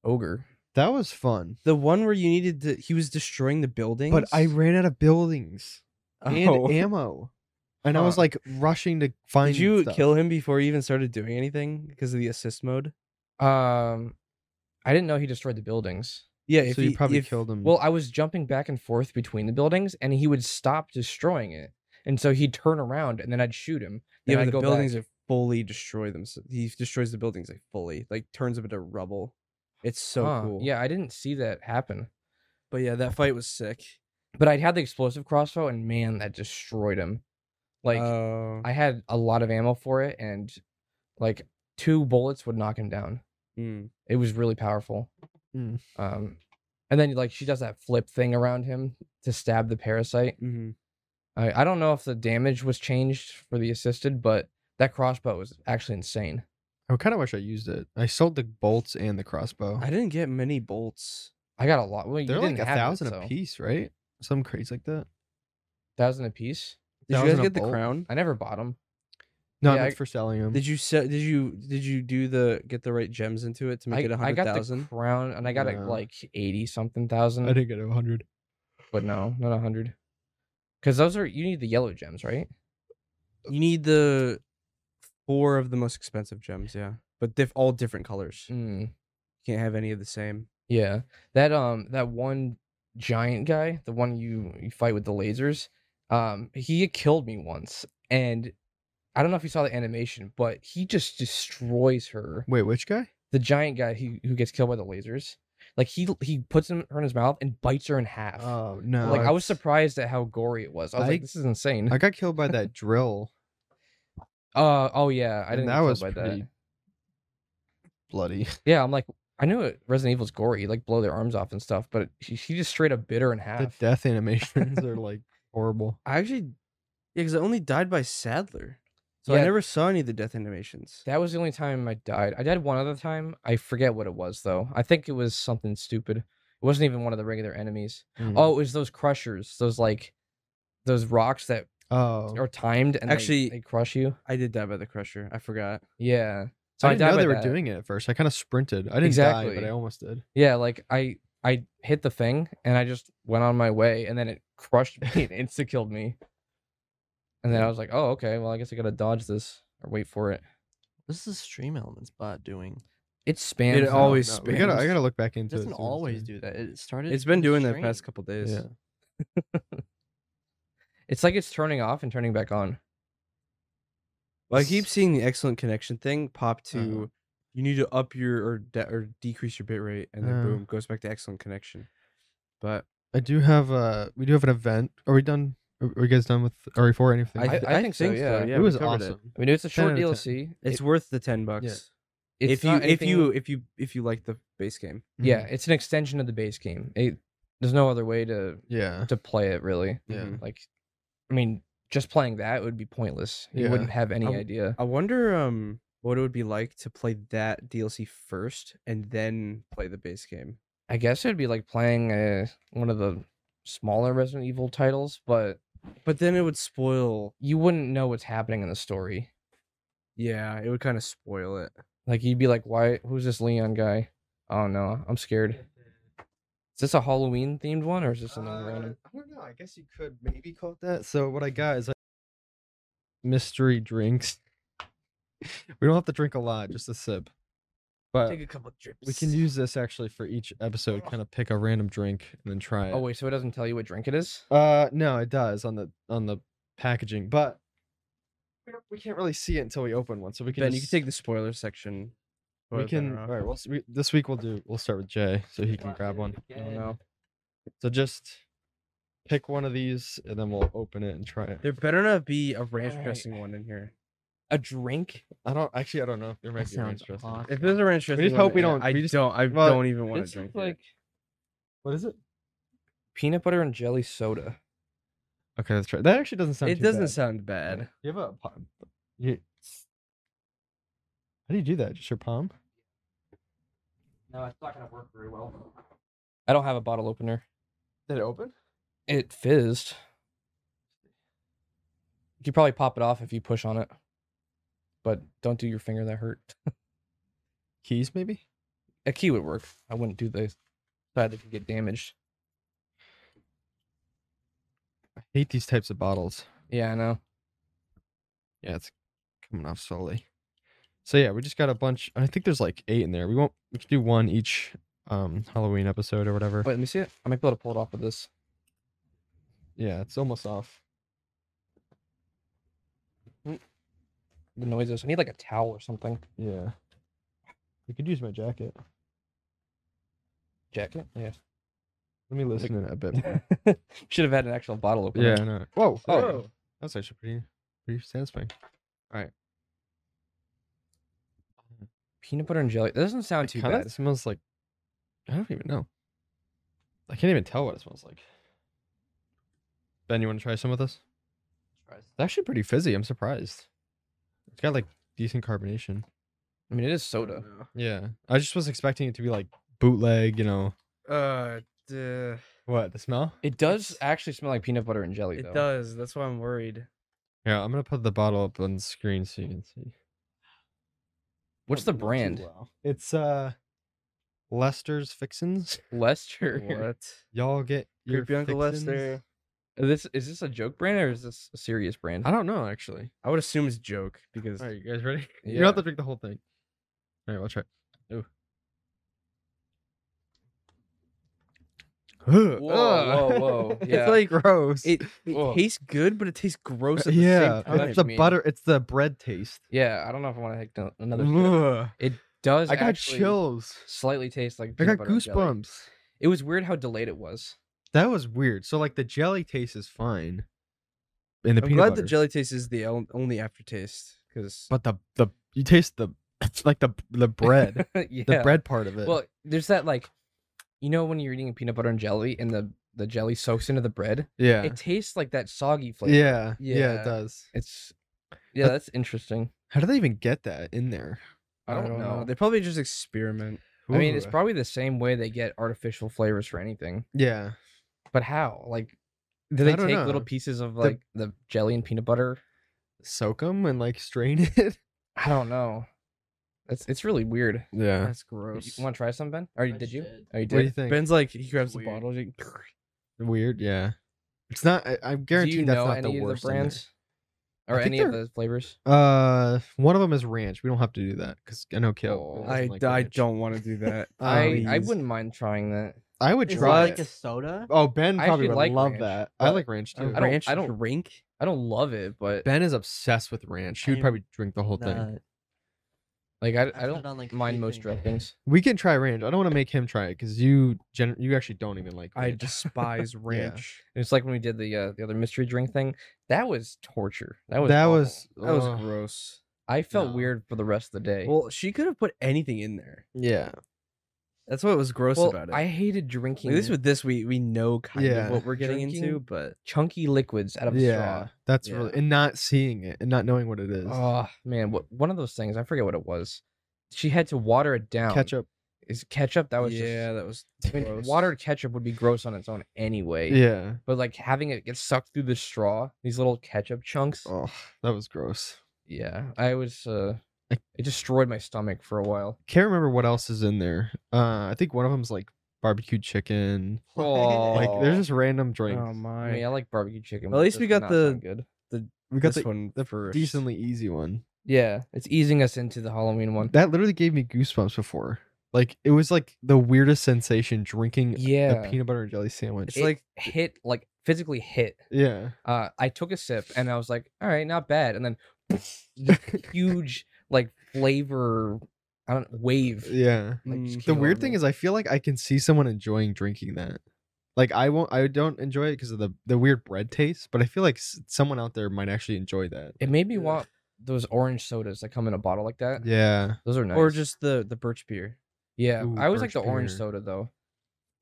Speaker 1: Ogre.
Speaker 2: that was fun
Speaker 3: The one where you needed to, he was destroying the buildings.
Speaker 2: but i ran out of buildings and
Speaker 3: Oh.
Speaker 2: ammo and i was
Speaker 1: Huh.
Speaker 2: like rushing to find
Speaker 3: Did you
Speaker 2: stuff.
Speaker 3: kill him before he even started doing anything because of the assist mode?
Speaker 1: Um, I didn't know he destroyed the buildings.
Speaker 3: Yeah, if
Speaker 2: so you
Speaker 3: he-
Speaker 2: probably
Speaker 3: if-
Speaker 2: killed him
Speaker 1: Well, I was jumping back and forth between the buildings, and he would stop destroying it, and so he'd turn around, and then I'd shoot him. then
Speaker 3: Yeah, but
Speaker 1: I'd
Speaker 3: the
Speaker 1: go
Speaker 3: buildings
Speaker 1: back.
Speaker 3: are fully destroy them. He destroys the buildings like fully, like turns them into rubble. It's so
Speaker 1: Huh,
Speaker 3: cool.
Speaker 1: Yeah, I didn't see that happen,
Speaker 3: but yeah, that fight was sick.
Speaker 1: but I'd had the explosive crossbow, and man, that destroyed him. Like
Speaker 3: Oh,
Speaker 1: I had a lot of ammo for it, and like two bullets would knock him down.
Speaker 3: mm.
Speaker 1: It was really powerful.
Speaker 2: Mm.
Speaker 1: Um, and then like she does that flip thing around him to stab the parasite.
Speaker 3: Mhm.
Speaker 1: I, I don't know if the damage was changed for the assisted, but that crossbow was actually insane.
Speaker 2: i kind of wish i used it i sold the bolts and the crossbow
Speaker 3: I didn't get many bolts.
Speaker 1: I got a lot. Well, you
Speaker 2: They're
Speaker 1: didn't
Speaker 2: like a
Speaker 1: have it,
Speaker 2: thousand
Speaker 1: so-
Speaker 2: a piece, right? Some crazy like that.
Speaker 1: Thousand a piece.
Speaker 3: Did you
Speaker 2: Thousand
Speaker 3: guys
Speaker 2: a
Speaker 3: get the
Speaker 2: bolt?
Speaker 3: crown?
Speaker 1: I never bought them.
Speaker 2: No,
Speaker 1: Yeah, I-
Speaker 2: that's for selling them.
Speaker 3: Did you set? Did you did you do the get the right gems into it to make
Speaker 1: I,
Speaker 3: it a
Speaker 1: I
Speaker 3: hundred
Speaker 1: got the
Speaker 3: thousand?
Speaker 1: crown and I got it
Speaker 2: Yeah.
Speaker 1: like eighty something
Speaker 2: I
Speaker 1: thousand,
Speaker 2: didn't get a hundred.
Speaker 1: but no, not a hundred. Because those are you need the yellow gems, right?
Speaker 3: You need the four of the most expensive gems, yeah, but diff- all different colors.
Speaker 2: Hmm.
Speaker 1: Mm,
Speaker 3: Can't have any of the same.
Speaker 1: yeah, that um that one giant guy, the one you you fight with the lasers, um he killed me once, and I don't know if you saw the animation, but he just destroys her.
Speaker 2: Wait, which guy?
Speaker 1: the giant guy who, who gets killed by the lasers like he he puts him, her in his mouth and bites her in half
Speaker 2: Oh no!
Speaker 1: like i was
Speaker 2: it's-
Speaker 1: surprised at how gory it was i was
Speaker 2: I-
Speaker 1: like this is insane
Speaker 2: I got killed by that drill.
Speaker 1: uh oh yeah i
Speaker 2: and
Speaker 1: didn't
Speaker 2: that
Speaker 1: know
Speaker 2: was
Speaker 1: by
Speaker 2: pretty
Speaker 1: that
Speaker 2: bloody.
Speaker 1: yeah i'm like i knew it resident evil's gory like blow their arms off and stuff but she, she just straight up bit her in
Speaker 2: The
Speaker 1: half
Speaker 2: death animations are like horrible.
Speaker 3: I actually Yeah, because I only died by Sadler, so I
Speaker 1: Yeah.
Speaker 3: never saw any of the death animations.
Speaker 1: That was the only time I died. I died one other time. I forget what it was though. I think it was something stupid. It wasn't even one of the regular enemies.
Speaker 2: Mm. Mm-hmm.
Speaker 1: Oh, it was those crushers. Those like those rocks that
Speaker 2: oh,
Speaker 1: are timed and they-
Speaker 3: Actually-
Speaker 1: they, crush you.
Speaker 3: I did die by the Crusher. I forgot.
Speaker 1: Yeah. So
Speaker 2: I
Speaker 1: I,
Speaker 2: didn't
Speaker 1: died
Speaker 2: know
Speaker 1: by
Speaker 2: they were
Speaker 1: that.
Speaker 2: doing it at first. I kind of sprinted. I didn't die, but
Speaker 1: Exactly.
Speaker 2: I almost did.
Speaker 1: Yeah, like I I hit the thing and I just went on my way and then it crushed me and insta killed me. And then I was like, oh okay, well I guess I gotta dodge this or wait for it.
Speaker 4: This is the stream elements bot doing.
Speaker 1: It spams.
Speaker 3: It
Speaker 1: now.
Speaker 3: always
Speaker 4: no,
Speaker 2: We gotta, I
Speaker 3: spams.
Speaker 2: gotta look back
Speaker 4: It
Speaker 2: into it.
Speaker 4: doesn't
Speaker 2: see what's
Speaker 4: always
Speaker 2: doing.
Speaker 4: do that. It started.
Speaker 3: It's been
Speaker 4: in the
Speaker 3: doing that the
Speaker 4: stream.
Speaker 3: past couple days.
Speaker 2: Yeah.
Speaker 1: It's like it's turning off and turning back on.
Speaker 3: Well, I
Speaker 2: S-
Speaker 3: keep seeing the excellent connection thing pop to
Speaker 2: Uh-huh.
Speaker 3: you need to up your or de- or decrease your bit rate and then
Speaker 2: Uh.
Speaker 3: boom goes back to excellent connection. But
Speaker 2: I do have uh we do have an event. Are we done? Are are you guys done with RE4 anything?
Speaker 1: I-
Speaker 3: th-
Speaker 1: think so, yeah.
Speaker 2: it
Speaker 3: we
Speaker 2: was
Speaker 3: covered it.
Speaker 2: awesome.
Speaker 1: I mean, it's a
Speaker 2: 10
Speaker 1: short
Speaker 2: out of 10.
Speaker 1: DLC.
Speaker 3: It's
Speaker 1: It-
Speaker 3: worth the 10 bucks.
Speaker 1: it's
Speaker 3: if you
Speaker 1: not
Speaker 3: if
Speaker 1: anything-
Speaker 3: you Mm-hmm. if you if you like the base game.
Speaker 1: yeah,
Speaker 2: Mhm.
Speaker 1: it's an extension of the base game. It, there's no other way to
Speaker 2: Yeah.
Speaker 1: to play it really.
Speaker 2: Yeah.
Speaker 3: Mhm.
Speaker 1: Like, I mean, just playing that would be pointless. You
Speaker 2: Yeah.
Speaker 1: wouldn't have any
Speaker 3: w-
Speaker 1: idea.
Speaker 3: I wonder um what it would be like to play that DLC first and then play the base game.
Speaker 1: I guess it'd be like playing uh, one of the smaller Resident Evil titles, but
Speaker 3: But then it would spoil
Speaker 1: you wouldn't know what's happening in the story.
Speaker 3: yeah, it would kind of spoil it.
Speaker 1: Like, you'd be like, "Why? Who's this Leon guy? Oh no, I'm scared." Is this a Halloween themed one or is this
Speaker 3: Uh,
Speaker 1: another random?
Speaker 2: Uh, I don't know. I guess you could maybe call it that. So what I got is I... mystery drinks. we don't have to drink a lot, just a sip. But
Speaker 4: Take a couple drips.
Speaker 2: we can use this actually for each episode. Kind of pick a random drink and then try it.
Speaker 1: Oh wait, so it doesn't tell you what drink it is.
Speaker 2: Uh, no, it does on the on the packaging, but we, don't, we can't really see it until we open one. So we can.
Speaker 3: Ben, you
Speaker 2: just,
Speaker 3: can take the spoiler section.
Speaker 2: We can. All right. We'll, s- we, this week we'll do. We'll start with Jay, so he can grab one.
Speaker 3: Oh,
Speaker 1: I don't know.
Speaker 2: So just pick one of these, and then we'll open it and try it.
Speaker 3: There better not be a ranch
Speaker 1: Alright.
Speaker 3: dressing one in here.
Speaker 1: A drink?
Speaker 2: I don't actually. I don't know. There
Speaker 4: That
Speaker 2: might be ranch
Speaker 4: sounds
Speaker 2: dressing.
Speaker 4: awesome.
Speaker 3: If there's a ranch dressing,
Speaker 2: just
Speaker 3: one
Speaker 2: hope
Speaker 3: in
Speaker 2: we
Speaker 3: here,
Speaker 2: don't-
Speaker 3: I
Speaker 2: we just-
Speaker 3: don't. I
Speaker 2: well,
Speaker 3: don't even want to
Speaker 1: This
Speaker 3: drink
Speaker 1: is
Speaker 3: it.
Speaker 1: like
Speaker 2: What is it?
Speaker 1: peanut butter and jelly soda.
Speaker 2: Okay, let's try. That actually doesn't sound.
Speaker 3: It
Speaker 2: too
Speaker 3: doesn't
Speaker 2: bad.
Speaker 3: sound
Speaker 2: Yeah.
Speaker 3: bad.
Speaker 2: You have a palm. You... How do you do that? Just your palm?
Speaker 1: No, it's not gonna work very well. I don't have a bottle opener.
Speaker 2: Did it open?
Speaker 1: It fizzed. You could probably pop it off if you push on it, but don't do your finger that hurt.
Speaker 2: Keys maybe.
Speaker 1: A key would work. I wouldn't do the side that could get damaged.
Speaker 2: I hate these types of bottles.
Speaker 1: Yeah, I know.
Speaker 2: Yeah, it's coming off slowly. So yeah, we just got a bunch. I think there's like eight in there. We won't. We can do one each um Halloween episode or whatever.
Speaker 1: Wait, let me see it. I might be able to pull it off with this.
Speaker 2: yeah, it's almost off.
Speaker 1: The noises. I need like a towel or something.
Speaker 2: Yeah. I could use my jacket.
Speaker 1: Jacket. Yeah.
Speaker 2: Let me listen in a bit. more.
Speaker 1: Should have had an actual bottle opener.
Speaker 2: yeah. I know. Whoa.
Speaker 1: Oh.
Speaker 2: Oh. That's actually pretty pretty satisfying.
Speaker 1: Peanut butter and jelly. That doesn't sound too
Speaker 2: Kinda
Speaker 1: bad.
Speaker 2: Smells like. I don't even know. I can't even tell what it smells like. Ben, you want to try some with us? It's actually pretty fizzy. I'm surprised. It's got like decent carbonation.
Speaker 1: I mean, it is soda.
Speaker 2: Yeah. I just was expecting it to be like bootleg, you know.
Speaker 3: Uh, duh,
Speaker 2: What, the smell?
Speaker 1: It does actually smell like peanut butter and jelly, though.
Speaker 3: it does. That's why I'm worried.
Speaker 2: Yeah, I'm gonna put the bottle up on the screen so you can see.
Speaker 1: What's the brand?
Speaker 2: It's uh Lester's Fixins.
Speaker 1: Lester.
Speaker 3: What?
Speaker 2: Y'all get your
Speaker 3: Creepy Uncle
Speaker 2: fixins?
Speaker 3: Lester.
Speaker 1: This is this a joke brand or is this a serious brand?
Speaker 2: I don't know actually.
Speaker 3: I would assume it's joke because
Speaker 2: All right, you guys ready? You don't have
Speaker 1: Yeah.
Speaker 2: to drink the whole thing. All right, we'll try. Ooh. Whoa,
Speaker 1: whoa, whoa, yeah.
Speaker 2: it's like gross.
Speaker 3: it, it
Speaker 1: Ugh.
Speaker 3: tastes good, but it tastes gross at the
Speaker 2: Uh, yeah,
Speaker 3: same time.
Speaker 2: it's
Speaker 1: I
Speaker 2: the
Speaker 1: mean.
Speaker 2: butter. It's the bread taste.
Speaker 1: Yeah, I don't know if I want to take no- another. sip.
Speaker 2: Ugh.
Speaker 1: It does.
Speaker 2: I got
Speaker 1: actually
Speaker 2: chills.
Speaker 1: Slightly taste like.
Speaker 2: I
Speaker 1: peanut
Speaker 2: got
Speaker 1: butter and jelly.
Speaker 2: goosebumps.
Speaker 1: It was weird how delayed it was.
Speaker 2: That was weird. So like the jelly taste is fine, and the
Speaker 3: I'm
Speaker 2: peanut
Speaker 3: glad
Speaker 2: butter,
Speaker 3: the jelly taste is the el- only aftertaste because
Speaker 2: but the the you taste the like the the bread,
Speaker 1: yeah.
Speaker 2: the bread part of it.
Speaker 1: Well, there's that like, you know, when you're eating peanut butter and jelly and the the jelly soaks into the bread,
Speaker 2: Yeah.
Speaker 1: it tastes like that soggy flavor.
Speaker 2: yeah. Yeah.
Speaker 3: Yeah.
Speaker 2: It does.
Speaker 1: It's yeah,
Speaker 2: But-
Speaker 1: that's interesting.
Speaker 2: How do they even get that in there?
Speaker 1: I don't, know.
Speaker 3: They probably just experiment.
Speaker 1: I mean, it's
Speaker 2: Ooh.
Speaker 1: probably the same way they get artificial flavors for anything.
Speaker 2: Yeah.
Speaker 1: But how? Like, do
Speaker 2: I
Speaker 1: they
Speaker 2: don't
Speaker 1: take little
Speaker 2: know.
Speaker 1: pieces of like the jelly and peanut butter?
Speaker 2: Soak them and like strain it.
Speaker 1: I don't know. It's it's really weird.
Speaker 2: Yeah.
Speaker 3: That's
Speaker 1: You
Speaker 3: gross.
Speaker 1: want to try some, Ben? Or
Speaker 4: I
Speaker 1: did, you?
Speaker 4: did.
Speaker 1: Oh, you
Speaker 2: What do you
Speaker 1: did.
Speaker 2: think?
Speaker 3: Ben's like he grabs the
Speaker 4: weird.
Speaker 3: bottle. He,
Speaker 2: Weird. Yeah. It's not. I, I
Speaker 1: Do
Speaker 2: guarantee
Speaker 1: you
Speaker 2: that's
Speaker 1: know
Speaker 2: not
Speaker 1: any
Speaker 2: the
Speaker 1: of the
Speaker 2: worst in there.
Speaker 1: brands
Speaker 2: I
Speaker 1: or
Speaker 2: think
Speaker 1: any of
Speaker 2: they're-
Speaker 1: the flavors?
Speaker 2: Uh, one of them is ranch. We don't have to do that because I know Kale.
Speaker 1: Oh.
Speaker 2: doesn't
Speaker 3: I,
Speaker 2: like
Speaker 3: I
Speaker 2: ranch.
Speaker 3: don't want to do that.
Speaker 2: Oh,
Speaker 1: I I
Speaker 3: please.
Speaker 1: wouldn't mind trying that.
Speaker 2: I would
Speaker 4: Is it
Speaker 2: try.
Speaker 4: like
Speaker 2: it.
Speaker 4: a soda?
Speaker 2: oh, Ben
Speaker 1: I
Speaker 2: probably
Speaker 1: actually
Speaker 2: would
Speaker 1: like
Speaker 2: love
Speaker 1: ranch,
Speaker 2: that. I
Speaker 1: but
Speaker 2: like ranch
Speaker 3: A
Speaker 2: too.
Speaker 1: don't-
Speaker 3: ranch
Speaker 1: I don't-
Speaker 3: drink.
Speaker 1: I don't love it, but
Speaker 2: Ben is obsessed with ranch. He would
Speaker 4: I'm
Speaker 2: probably drink the whole
Speaker 4: Nah,
Speaker 2: thing.
Speaker 1: like I,
Speaker 4: put
Speaker 1: I
Speaker 4: it
Speaker 1: don't
Speaker 4: on, like,
Speaker 1: mind most
Speaker 4: anything.
Speaker 1: droppings.
Speaker 2: We can try ranch. I don't want to make him try it because you gen- you actually don't even like.
Speaker 3: I
Speaker 2: ranch.
Speaker 3: despise ranch.
Speaker 1: It's like when we did the uh, the other mystery drink thing. That was torture. That was
Speaker 2: that
Speaker 1: awful.
Speaker 2: was
Speaker 3: That was
Speaker 2: ugh.
Speaker 3: gross.
Speaker 1: I felt
Speaker 2: no.
Speaker 1: weird for the rest of the day.
Speaker 3: Well, she could have put anything in there.
Speaker 2: yeah.
Speaker 3: That's what was gross
Speaker 1: Well,
Speaker 3: about it.
Speaker 1: I hated
Speaker 3: At
Speaker 1: drinking
Speaker 3: least with this, we we know kind
Speaker 2: Yeah.
Speaker 3: of what we're getting into,
Speaker 1: Drinking-
Speaker 3: but
Speaker 1: chunky liquids out of
Speaker 2: Yeah,
Speaker 1: a
Speaker 2: that's
Speaker 3: Yeah.
Speaker 2: really and not seeing it and not knowing what it is.
Speaker 1: straw. Oh man, what one of those things? I forget what it was. She had to water it down.
Speaker 2: Ketchup.
Speaker 1: is ketchup. That was
Speaker 3: yeah,
Speaker 1: just.
Speaker 3: that was
Speaker 1: I mean,
Speaker 3: gross.
Speaker 1: watered ketchup would be gross on its own anyway.
Speaker 2: Yeah.
Speaker 1: But like having it get sucked through the straw, these little ketchup chunks.
Speaker 2: Oh, that was gross.
Speaker 1: Yeah, I was. uh
Speaker 2: I-
Speaker 1: It destroyed my stomach for a while.
Speaker 2: Can't remember what else is in there. Uh, I think one of them's like barbecue chicken.
Speaker 1: Oh,
Speaker 2: Like there's just random drinks.
Speaker 3: Oh
Speaker 1: I
Speaker 3: my!
Speaker 1: mean, I like barbecue chicken.
Speaker 3: Well, at
Speaker 1: but
Speaker 3: least
Speaker 1: this
Speaker 3: we
Speaker 1: does not
Speaker 3: got the-
Speaker 1: sound good.
Speaker 2: we got
Speaker 3: Got
Speaker 2: the
Speaker 3: this one
Speaker 2: the
Speaker 3: first.
Speaker 2: decently easy one.
Speaker 1: Yeah, it's easing us into the Halloween one.
Speaker 2: That literally gave me goosebumps before. Like it was like the weirdest sensation drinking
Speaker 1: yeah,
Speaker 2: a peanut butter and jelly sandwich.
Speaker 3: It's
Speaker 1: it
Speaker 3: like
Speaker 1: hit like physically hit.
Speaker 2: yeah.
Speaker 1: Uh, I took a sip and I was like, all right, not bad. And then huge like flavor, I don't wave.
Speaker 2: Yeah.
Speaker 1: Like, just
Speaker 3: Mm.
Speaker 2: The
Speaker 1: came
Speaker 2: weird
Speaker 1: over
Speaker 2: thing
Speaker 1: me.
Speaker 2: is I feel like I can see someone enjoying drinking that. Like I won't I don't enjoy it because of the the weird bread taste, but I feel like s- someone out there might actually enjoy that.
Speaker 1: it made me
Speaker 3: Yeah.
Speaker 1: want those orange sodas that come in a bottle like that.
Speaker 2: Yeah.
Speaker 1: Those are nice.
Speaker 3: or just the the birch beer,
Speaker 1: yeah,
Speaker 2: Ooh,
Speaker 1: I always like
Speaker 2: birch
Speaker 1: the orange
Speaker 2: beer.
Speaker 1: soda though.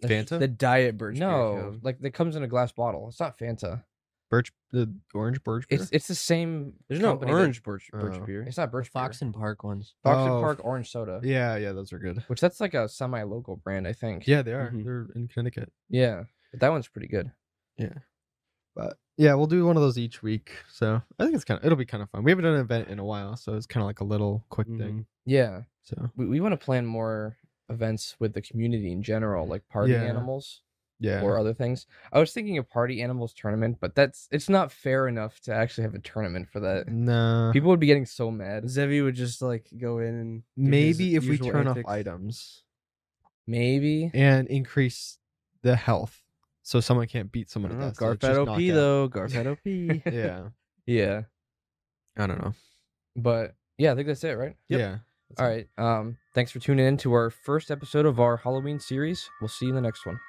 Speaker 2: Fanta?
Speaker 3: the diet birch. beer,
Speaker 1: No,
Speaker 3: Caleb.
Speaker 1: like that comes in a glass bottle. It's not Fanta.
Speaker 2: Birch the orange birch beer?
Speaker 1: It's it's the same.
Speaker 3: there's no
Speaker 1: company that-
Speaker 3: orange birch birch
Speaker 2: Oh.
Speaker 3: beer.
Speaker 1: It's not
Speaker 4: The
Speaker 1: Birch Fox
Speaker 4: Fox and Park ones.
Speaker 1: Fox and
Speaker 2: Oh,
Speaker 1: Park orange soda.
Speaker 2: yeah, yeah, those are good.
Speaker 1: Which that's like a semi-local brand, I think.
Speaker 2: Yeah, they are.
Speaker 3: Mhm.
Speaker 2: They're in Connecticut.
Speaker 1: Yeah, but that one's pretty good.
Speaker 2: But yeah, we'll do one of those each week. So I think it's kind of it'll be kind of fun. We haven't done an event in a while, so it's kind of like a little quick thing.
Speaker 3: Mhm.
Speaker 1: Yeah,
Speaker 2: So
Speaker 1: we, we want to plan more events with the community in general, like party
Speaker 2: Yeah.
Speaker 1: animals
Speaker 2: yeah,
Speaker 1: or other things. I was thinking a party animals tournament, but that's it's not fair enough to actually have a tournament for that.
Speaker 2: Uh-huh. nah.
Speaker 1: uh, People would be getting so mad.
Speaker 3: Mm. Zevi would just like go in and do his
Speaker 2: Maybe if we
Speaker 3: usual
Speaker 2: turn
Speaker 3: antics.
Speaker 2: off items
Speaker 1: Maybe.
Speaker 2: and increase the health, so someone can't beat someone
Speaker 3: I
Speaker 2: to
Speaker 3: don't know,
Speaker 2: death. so
Speaker 3: Garf
Speaker 2: it's just
Speaker 3: at OP
Speaker 2: knockout.
Speaker 3: though. Garf at OP.
Speaker 2: Yeah,
Speaker 1: Yeah,
Speaker 2: I don't know.
Speaker 1: but yeah, I think that's it, right?
Speaker 2: Yeah.
Speaker 1: All right. Um, thanks for tuning in to our first episode of our Halloween series. We'll see you in the next one.